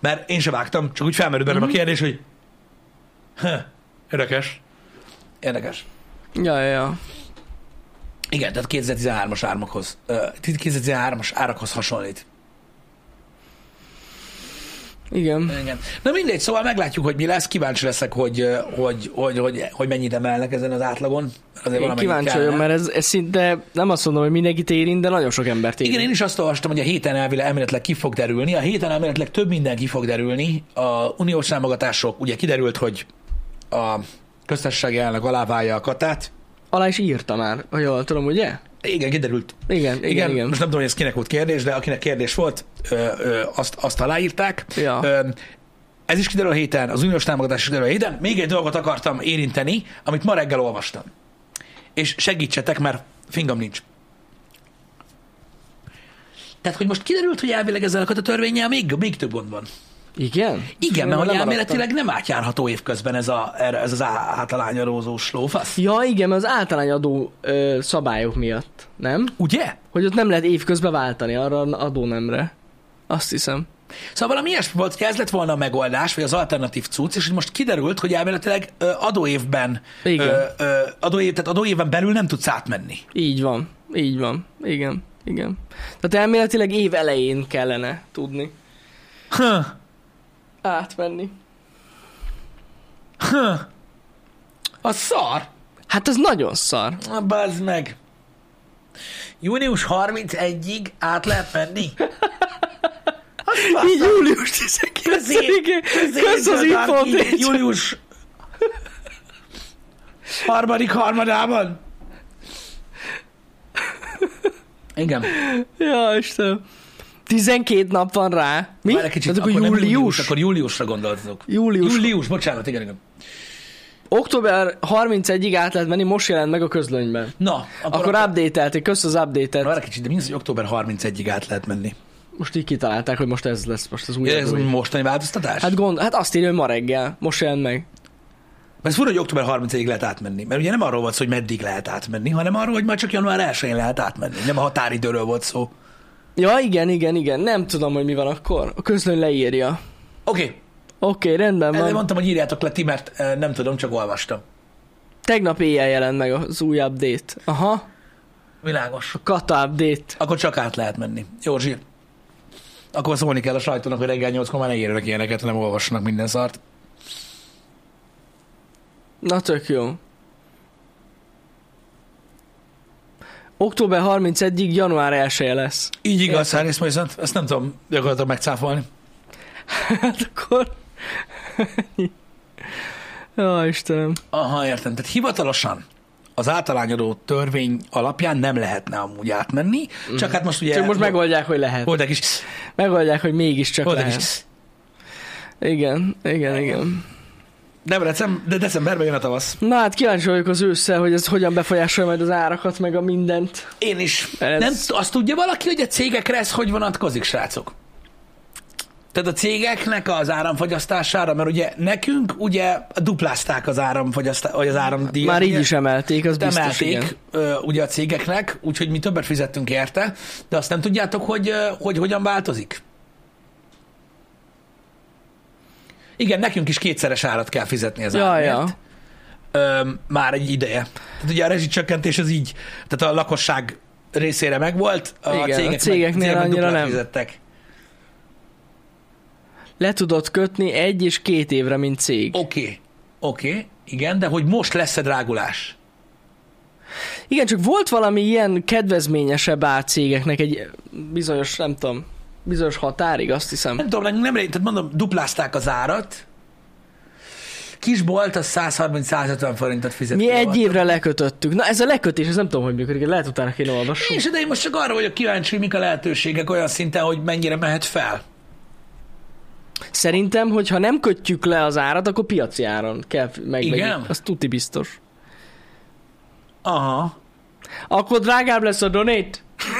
S1: Mert én se vágtam, csak úgy felmerült bennem uh-huh. a kérdés, hogy huh, érdekes. Érdekes.
S2: Ja, ja, ja.
S1: Igen, tehát 2013-as ármakhoz, ö, 2013-as árakhoz hasonlít.
S2: Igen.
S1: Igen. Na mindegy, szóval meglátjuk, hogy mi lesz. Kíváncsi leszek, hogy, ö, hogy, hogy, hogy, hogy mennyit emelnek ezen az átlagon. Azért
S2: Én
S1: valamennyit
S2: kíváncsi vagyok,
S1: kellene.
S2: mert ez, ez szinte nem azt mondom, hogy mindenkit érint, de nagyon sok embert érint.
S1: Igen, én is azt olvastam, hogy a héten elvileg elméletileg ki fog derülni. A héten elméletileg több minden ki fog derülni. A uniós támogatások, ugye kiderült, hogy a köztársasági elnök aláválja a katát.
S2: Alá is írta már, ha jól tudom, ugye?
S1: Igen, kiderült.
S2: Igen, igen, igen. igen.
S1: Most nem tudom, hogy ez kinek volt kérdés, de akinek kérdés volt, ö, ö, azt, azt aláírták.
S2: Ja.
S1: Ö, ez is kiderül a héten, az uniós támogatás is kiderül a héten. Még egy dolgot akartam érinteni, amit ma reggel olvastam. És segítsetek, mert fingam nincs. Tehát, hogy most kiderült, hogy elvileg ezzel a törvényel még, még több gond van.
S2: igen?
S1: Igen,
S2: Én
S1: mert hogy
S2: lemaradtam.
S1: elméletileg nem átjárható évközben ez, a, erre- ez az á- általányarózós lófasz.
S2: Ja, igen, mert az általány adó ö, szabályok miatt, nem?
S1: Ugye?
S2: Hogy ott nem lehet évközben váltani arra az adónemre. Azt hiszem.
S1: Szóval valami ilyesmi volt, hogy ez lett volna a megoldás, vagy az alternatív cucc, és hogy most kiderült, hogy elméletileg ö, adóévben,
S2: Igen.
S1: ö, ö, adóév, tehát adóévben belül nem tudsz átmenni.
S2: Így van, így van. Igen, igen. Tehát elméletileg év elején kellene tudni
S1: Huh.
S2: átvenni.
S1: Huh. A szar!
S2: Hát ez nagyon szar.
S1: Na, bazd meg! Június 31-ig át lehet
S2: [laughs]
S1: menni? Azt
S2: Mi
S1: basz-
S2: július 19-én? Kösz az
S1: Július-
S2: infót,
S1: Július harmadik harmadában? Igen.
S2: Ja, Istenem. 12 nap van rá. Mi?
S1: Várj egy kicsit,
S2: Tehát
S1: akkor
S2: akkor,
S1: nem
S2: július.
S1: Akkor júliusra gondoltuk.
S2: Július.
S1: Július, bocsánat, igen, igen.
S2: Október 31-ig át lehet menni, most jelent meg a közlönyben.
S1: Na, akkor,
S2: Akkor update-elték, kösz az update-et.
S1: Várj egy kicsit, de mindez, hogy október 31-ig át lehet menni.
S2: Most így kitalálták, hogy most ez lesz most az új.
S1: Ugye ez
S2: adó.
S1: úgy mostani változtatás? Hát,
S2: Hát, gond, hát azt írja, hogy ma reggel, most jelent meg.
S1: ez fura, hogy október 31-ig lehet átmenni. Mert ugye nem arról volt szó, hogy meddig lehet átmenni, hanem arról, hogy már csak január 1-én lehet átmenni. Nem a határidőről volt szó.
S2: Ja, igen, igen, igen, nem tudom, hogy mi van akkor. A közlöny leírja.
S1: Oké, okay.
S2: Oké, okay, rendben van.
S1: ezért mondtam, hogy írjátok le ti, mert eh, nem tudom, csak olvastam.
S2: Tegnap éjjel jelent meg az új update. Aha,
S1: Világos.
S2: a kata update.
S1: Akkor csak át lehet menni. Jó, zsír. Akkor szólni kell a sajtónak, hogy reggel 8-kor már ne írjanak ilyeneket, hanem olvasnak minden szart.
S2: Na tök jó. Október 31-ig január 1 lesz. [laughs]
S1: Így igaz, Harris Mason, ezt nem tudom gyakorlatilag megcáfolni.
S2: Hát akkor... Ja, Istenem.
S1: Aha, értem. Tehát hivatalosan az általányadó törvény alapján nem lehetne amúgy átmenni, mm. csak hát most ugye...
S2: Csak most megoldják, hogy lehet.
S1: Voltak is,
S2: Megoldják, hogy mégiscsak
S1: voltak
S2: lehet.
S1: is.
S2: Igen, igen, igen.
S1: Debrecen, de decemberben jön a tavasz.
S2: Na hát kíváncsi vagyok az ősszel, hogy ez hogyan befolyásolja majd az árakat, meg a mindent.
S1: Én is.
S2: Ez-
S1: Ez... Nem, t- azt tudja valaki, hogy a cégekre ez hogy vonatkozik, srácok? Tehát a cégeknek az áramfogyasztására, mert ugye nekünk ugye duplázták az áramfogyasztá, vagy az áramdíjat.
S2: Már így
S1: ugye?
S2: is emelték, az biztos, igen.
S1: emelték ö, ugye a cégeknek, úgyhogy mi többet fizettünk érte, de azt nem tudjátok, hogy, ö, hogy hogyan változik? Igen, nekünk is kétszeres árat kell fizetni az
S2: Ja,
S1: áramért.
S2: ja.
S1: Ö, már egy ideje. Tehát ugye a rezsicsökkentés az így, tehát a lakosság részére megvolt, a,
S2: Igen, a
S1: cégek meg-
S2: cégeknél
S1: cégek meg
S2: annyira
S1: duplát
S2: nem.
S1: fizettek.
S2: Le tudod kötni egy és két évre, mint cég.
S1: Oké, okay. oké, okay. igen, de hogy most lesz-e drágulás?
S2: Igen, csak volt valami ilyen kedvezményesebb árcégeknek egy bizonyos, nem tudom, bizonyos határig, azt hiszem.
S1: Nem tudom, nekünk nem rég, tehát mondom, duplázták az árat. Kisbolt az 130-150 forintot fizet.
S2: Mi
S1: kilovattóra.
S2: egy évre lekötöttük. Na ez a lekötés, ez nem tudom, hogy működik, lehet utána kéne
S1: Én
S2: olvassunk.
S1: is, de én most csak arra vagyok kíváncsi, hogy mik a lehetőségek olyan szinten, hogy mennyire mehet fel.
S2: Szerintem, hogyha nem kötjük le az árat, akkor piaci áron kell meg.
S1: Igen?
S2: Az tuti biztos.
S1: Aha.
S2: Akkor drágább lesz a donate. [laughs]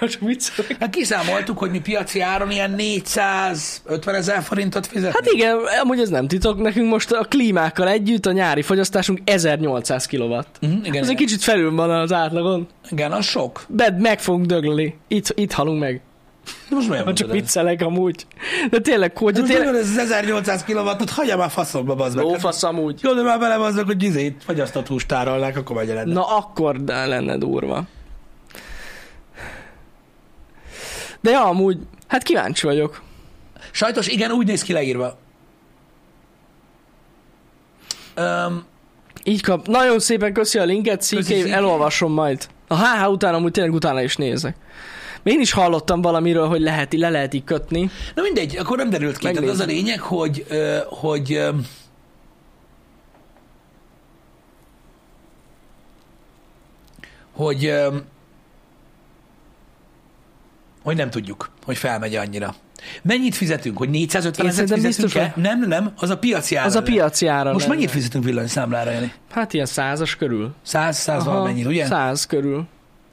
S2: Most viccelek.
S1: Hát kiszámoltuk, hogy mi piaci áron ilyen 450 ezer forintot fizet.
S2: Hát igen, amúgy ez nem titok, nekünk most a klímákkal együtt a nyári fogyasztásunk 1800 kW.
S1: Mhm, igen,
S2: Ez egy
S1: igen.
S2: kicsit felül van az átlagon.
S1: igen, az sok.
S2: Bed, meg fogunk dögleni. Itt, itt halunk meg.
S1: De most miért
S2: Ha csak
S1: mondod ezt?
S2: viccelek amúgy. Hát, De tényleg, hogy
S1: Most
S2: tényleg...
S1: tényleg... ez az 1800 kilowattot, hagyja már faszomba, bazd meg. Hát-
S2: Lófasz amúgy.
S1: Jó, de már bele bazdok, hogy izét fagyasztott húst tárolnák, akkor megy lenne.
S2: Na akkor de lenne durva. De ja, amúgy, hát kíváncsi vagyok.
S1: Sajtos, igen, úgy néz ki leírva. Um,
S2: Így kap. Nagyon szépen köszi a linket,
S1: Köszi,
S2: CK,
S1: CK.
S2: elolvasom majd. A HH után amúgy tényleg utána is nézek. Én is hallottam valamiről, hogy lehet, le lehet így kötni.
S1: na mindegy, akkor nem derült ki. Tehát az a
S2: Megnézem.
S1: lényeg, hogy, ö, hogy ö, hogy ö, hogy nem tudjuk, hogy felmegy annyira. Mennyit fizetünk? Hogy 450
S2: Én
S1: ezeret
S2: szerintem
S1: fizetünk
S2: biztos,
S1: -e? Nem, nem, az a piaci ára.
S2: Az a
S1: lenne.
S2: piaci ára.
S1: Most
S2: lenne.
S1: mennyit fizetünk villanyszámlára, Jani?
S2: Hát ilyen százas körül.
S1: 100, 100
S2: Aha,
S1: valamennyit, ugye?
S2: Száz körül.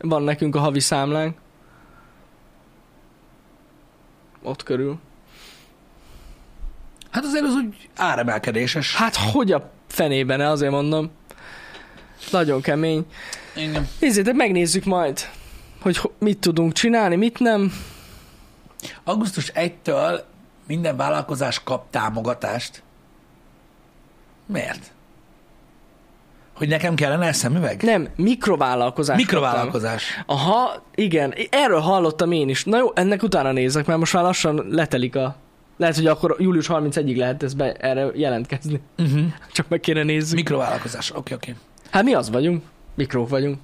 S2: Van nekünk a havi számlánk. Ott körül.
S1: Hát azért az úgy áremelkedéses.
S2: Hát hogy a fenében, azért mondom. Nagyon kemény.
S1: Igen.
S2: Nézzétek, megnézzük majd, hogy ho- mit tudunk csinálni, mit nem.
S1: Augusztus 1-től minden vállalkozás kap támogatást. Miért? Hogy nekem kellene el szemüveg?
S2: Nem, mikrovállalkozás.
S1: Mikrovállalkozás.
S2: Aha, igen, erről hallottam én is. Na jó, ennek utána nézek, mert most már lassan letelik a... Lehet, hogy akkor július 31-ig lehet ezt be, erre jelentkezni.
S1: Uh-huh.
S2: Csak meg kéne nézzük.
S1: Mikrovállalkozás. Oké, oké.
S2: Hát mi az vagyunk? Mikrók vagyunk.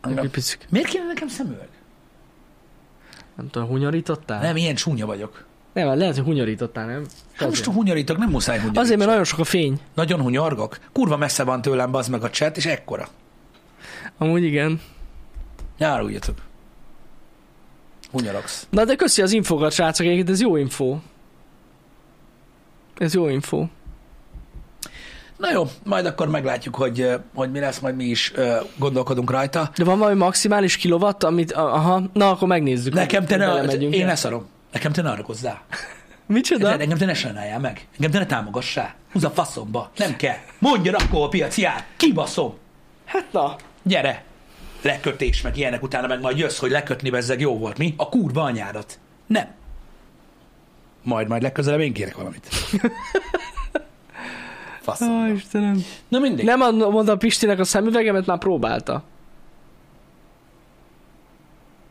S1: Engem.
S2: Egy picik.
S1: Miért kéne nekem szemüveg?
S2: Nem tudom, hunyorítottál?
S1: Nem, ilyen csúnya vagyok.
S2: nem hát lehet, hogy hunyorítottál, nem?
S1: Hát most
S2: azért.
S1: hunyorítok, nem muszáj hunyorítok.
S2: azért, mert nagyon sok a fény.
S1: Nagyon hunyorgok. Kurva messze van tőlem, bazd meg a chat, és ekkora.
S2: Amúgy igen.
S1: Ne áruljatok. Hunyorogsz.
S2: Na de köszi az infokat, srácok, egyébként ez jó info. Ez jó info.
S1: Na jó, majd akkor meglátjuk, hogy, eh, hogy mi lesz, majd mi is eh, gondolkodunk rajta.
S2: De van valami maximális kilovatt, amit... a- Aha, na akkor megnézzük.
S1: Nekem te ne,
S2: Belemegyünk.
S1: én leszarom. Nekem te ne arakozzál.
S2: Micsoda?
S1: De engem te ne sajnáljál meg. Engem te ne támogassál. Húzz a faszomba. Nem kell. Mondja rakó a piaci ár. Kibaszom.
S2: Hát na.
S1: Gyere. Lekötés, meg ilyenek utána, meg majd jössz, hogy lekötni bezzeg jó volt, mi? A kurva anyádat. Nem. Majd, majd legközelebb én kérek valamit. [laughs] Faszom.
S2: Ó, Istenem.
S1: Na mindig.
S2: Nem ad- mondta a Pistinek a szemüvegemet, már próbálta.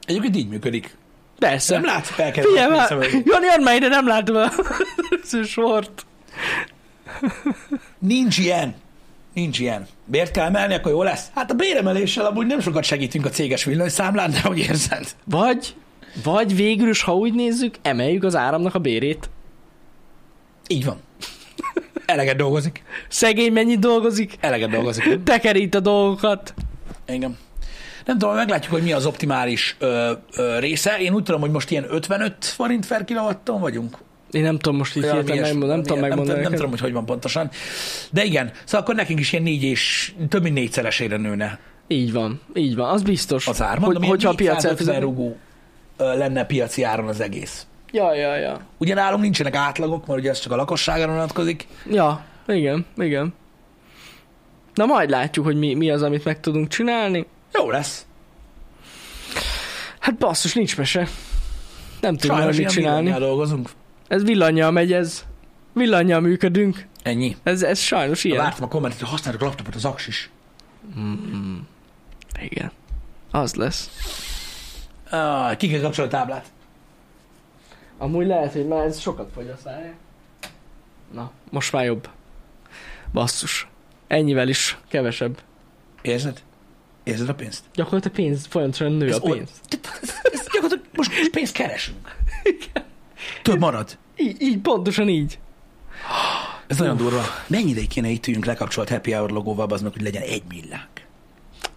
S1: Egyébként így működik. Szóval-
S2: Persze.
S1: Nem látsz fel kell.
S2: Figyelj már! Jani, add már ide, nem látom a [laughs] a sort.
S1: Nincs ilyen. Nincs ilyen. Bért kell emelni, akkor jó lesz. Hát a béremeléssel amúgy nem sokat segítünk a céges villanyszámlán, de hogy érzed?
S2: Vagy, vagy végül is, ha úgy nézzük, emeljük az áramnak a bérét.
S1: Így van. [laughs] Eleget dolgozik.
S2: Szegény mennyit dolgozik,
S1: Eleget dolgozik.
S2: tekerít a dolgokat.
S1: Engem. Nem tudom, meglátjuk, hogy mi az optimális ö, ö, része. Én úgy tudom, hogy most ilyen 55 forint per kilowatton vagyunk.
S2: Én nem tudom most így
S1: Valami
S2: hirtelen
S1: ilyesmi,
S2: megmondani, nem
S1: valami ilyen-
S2: tudom
S1: Nem,
S2: megmondani.
S1: nem
S2: neked.
S1: tudom, hogy hogy van pontosan. De igen, szóval akkor nekünk is ilyen négy és több mint négyszeresére nőne
S2: Így van, így van, az biztos.
S1: az ár.
S2: hogy,
S1: Mondom,
S2: hogyha a piac
S1: elfizet...
S2: elfizet.
S1: rugó ö, lenne piaci áron az egész.
S2: Ja, ja, ja.
S1: Ugye nálunk nincsenek átlagok, mert ugye ez csak a lakosságra vonatkozik.
S2: Ja, igen, igen. Na majd látjuk, hogy mi, mi az, amit meg tudunk csinálni.
S1: Jó lesz.
S2: Hát basszus, nincs mese. Nem tudunk már
S1: Sajnos
S2: mit
S1: ilyen
S2: csinálni.
S1: villanyjal dolgozunk.
S2: Ez villanyjal megy, ez. Villanyjal működünk.
S1: Ennyi.
S2: Ez, ez sajnos
S1: Igen.
S2: ilyen.
S1: Vártam a kommentet, hogy használjuk a laptopot, az aksis.
S2: Mm, igen. Az lesz.
S1: Ah, ki kell kapcsolni a táblát.
S2: Amúgy lehet, hogy már ez sokat fogy a szája. Na, most már jobb. Basszus. Ennyivel is kevesebb.
S1: Érzed? Érzed a pénzt?
S2: Gyakorlatilag pénz folyamatosan nő
S1: Ez
S2: a
S1: oly-
S2: pénz.
S1: [laughs] Ez gyakorlatilag most, most pénzt keresünk. Több marad.
S2: Így, így, pontosan így.
S1: Ez nagyon durva. Mennyi ideig kéne itt üljünk lekapcsolt Happy Hour logóval, az meg, hogy legyen egy millánk.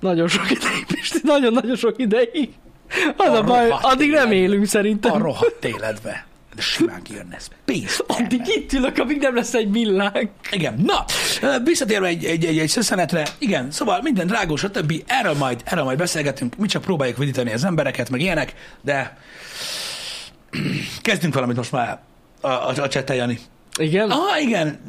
S2: Nagyon sok ideig, Pisti, nagyon-nagyon sok ideig. Az a,
S1: A
S2: baj,
S1: rohadt
S2: addig nem
S1: életben.
S2: élünk szerintem.
S1: A rohadt életbe. De simán kijön ez. Pénz.
S2: Addig itt ülök, amíg nem lesz egy millánk.
S1: Igen. Na, ö, visszatérve egy, egy, egy, egy szösszenetre, igen, szóval minden drágó, stb. Erről majd, erről majd beszélgetünk, mi csak próbáljuk vidítani az embereket, meg ilyenek, de [clears throat] kezdünk valamit most már a, a, a csettel, Jani.
S2: Igen?
S1: Ah, igen,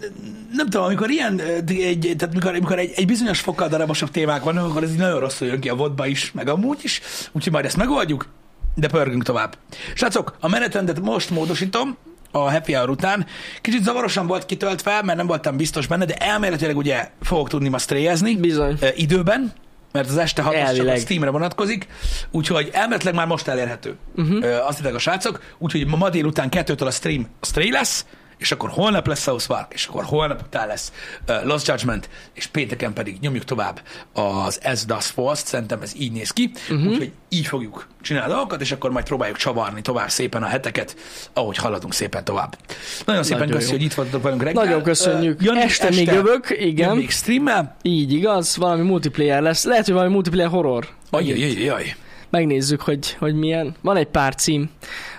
S1: nem tudom, amikor ilyen, ö, egy, tehát mikor, mikor egy, egy bizonyos fokkal darabosabb témák vannak, akkor ez így nagyon rosszul jön ki a vodba is, meg amúgy is, úgyhogy majd ezt megoldjuk, de pörgünk tovább. Srácok, a menetrendet most módosítom, a happy hour után. Kicsit zavarosan volt kitöltve, mert nem voltam biztos benne, de elméletileg ugye fogok tudni ma stréjezni
S2: Bizony.
S1: ö, időben, mert az este 6 csak a
S2: Elvileg.
S1: Steamre vonatkozik, úgyhogy elméletileg már most elérhető.
S2: Mhm.
S1: Uh-huh. Azt hittek a srácok, úgyhogy ma, ma délután kettőtől a stream a stray lesz, és akkor holnap lesz South Park, és akkor holnap után lesz uh, Lost Judgment, és pénteken pedig nyomjuk tovább az As Does Falls, szerintem ez így néz ki,
S2: Mhm.
S1: uh-huh. úgyhogy így fogjuk csinálni a dolgokat, és akkor majd próbáljuk csavarni tovább szépen a heteket, ahogy haladunk szépen tovább. Nagyon szépen
S2: Nagyon
S1: köszönjük,
S2: jó.
S1: hogy itt voltatok velünk reggel.
S2: Nagyon köszönjük.
S1: Ö, Jani,
S2: este, még jövök,
S1: Jön
S2: igen.
S1: még streammel.
S2: Így igaz, valami multiplayer lesz. Lehet, hogy valami multiplayer horror.
S1: Ajj, ajj, ajj.
S2: Megnézzük, hogy, hogy milyen. Van egy pár cím.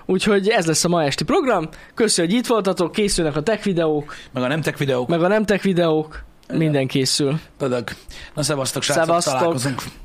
S2: Úgyhogy ez lesz a ma esti program. Köszönjük, hogy itt voltatok, készülnek a tech videók,
S1: Meg a nemtek videók.
S2: meg a nem tech videók. Minden készül.
S1: Pödög. Na szevasztok, srácok,
S2: Szevasztok.
S1: találkozunk.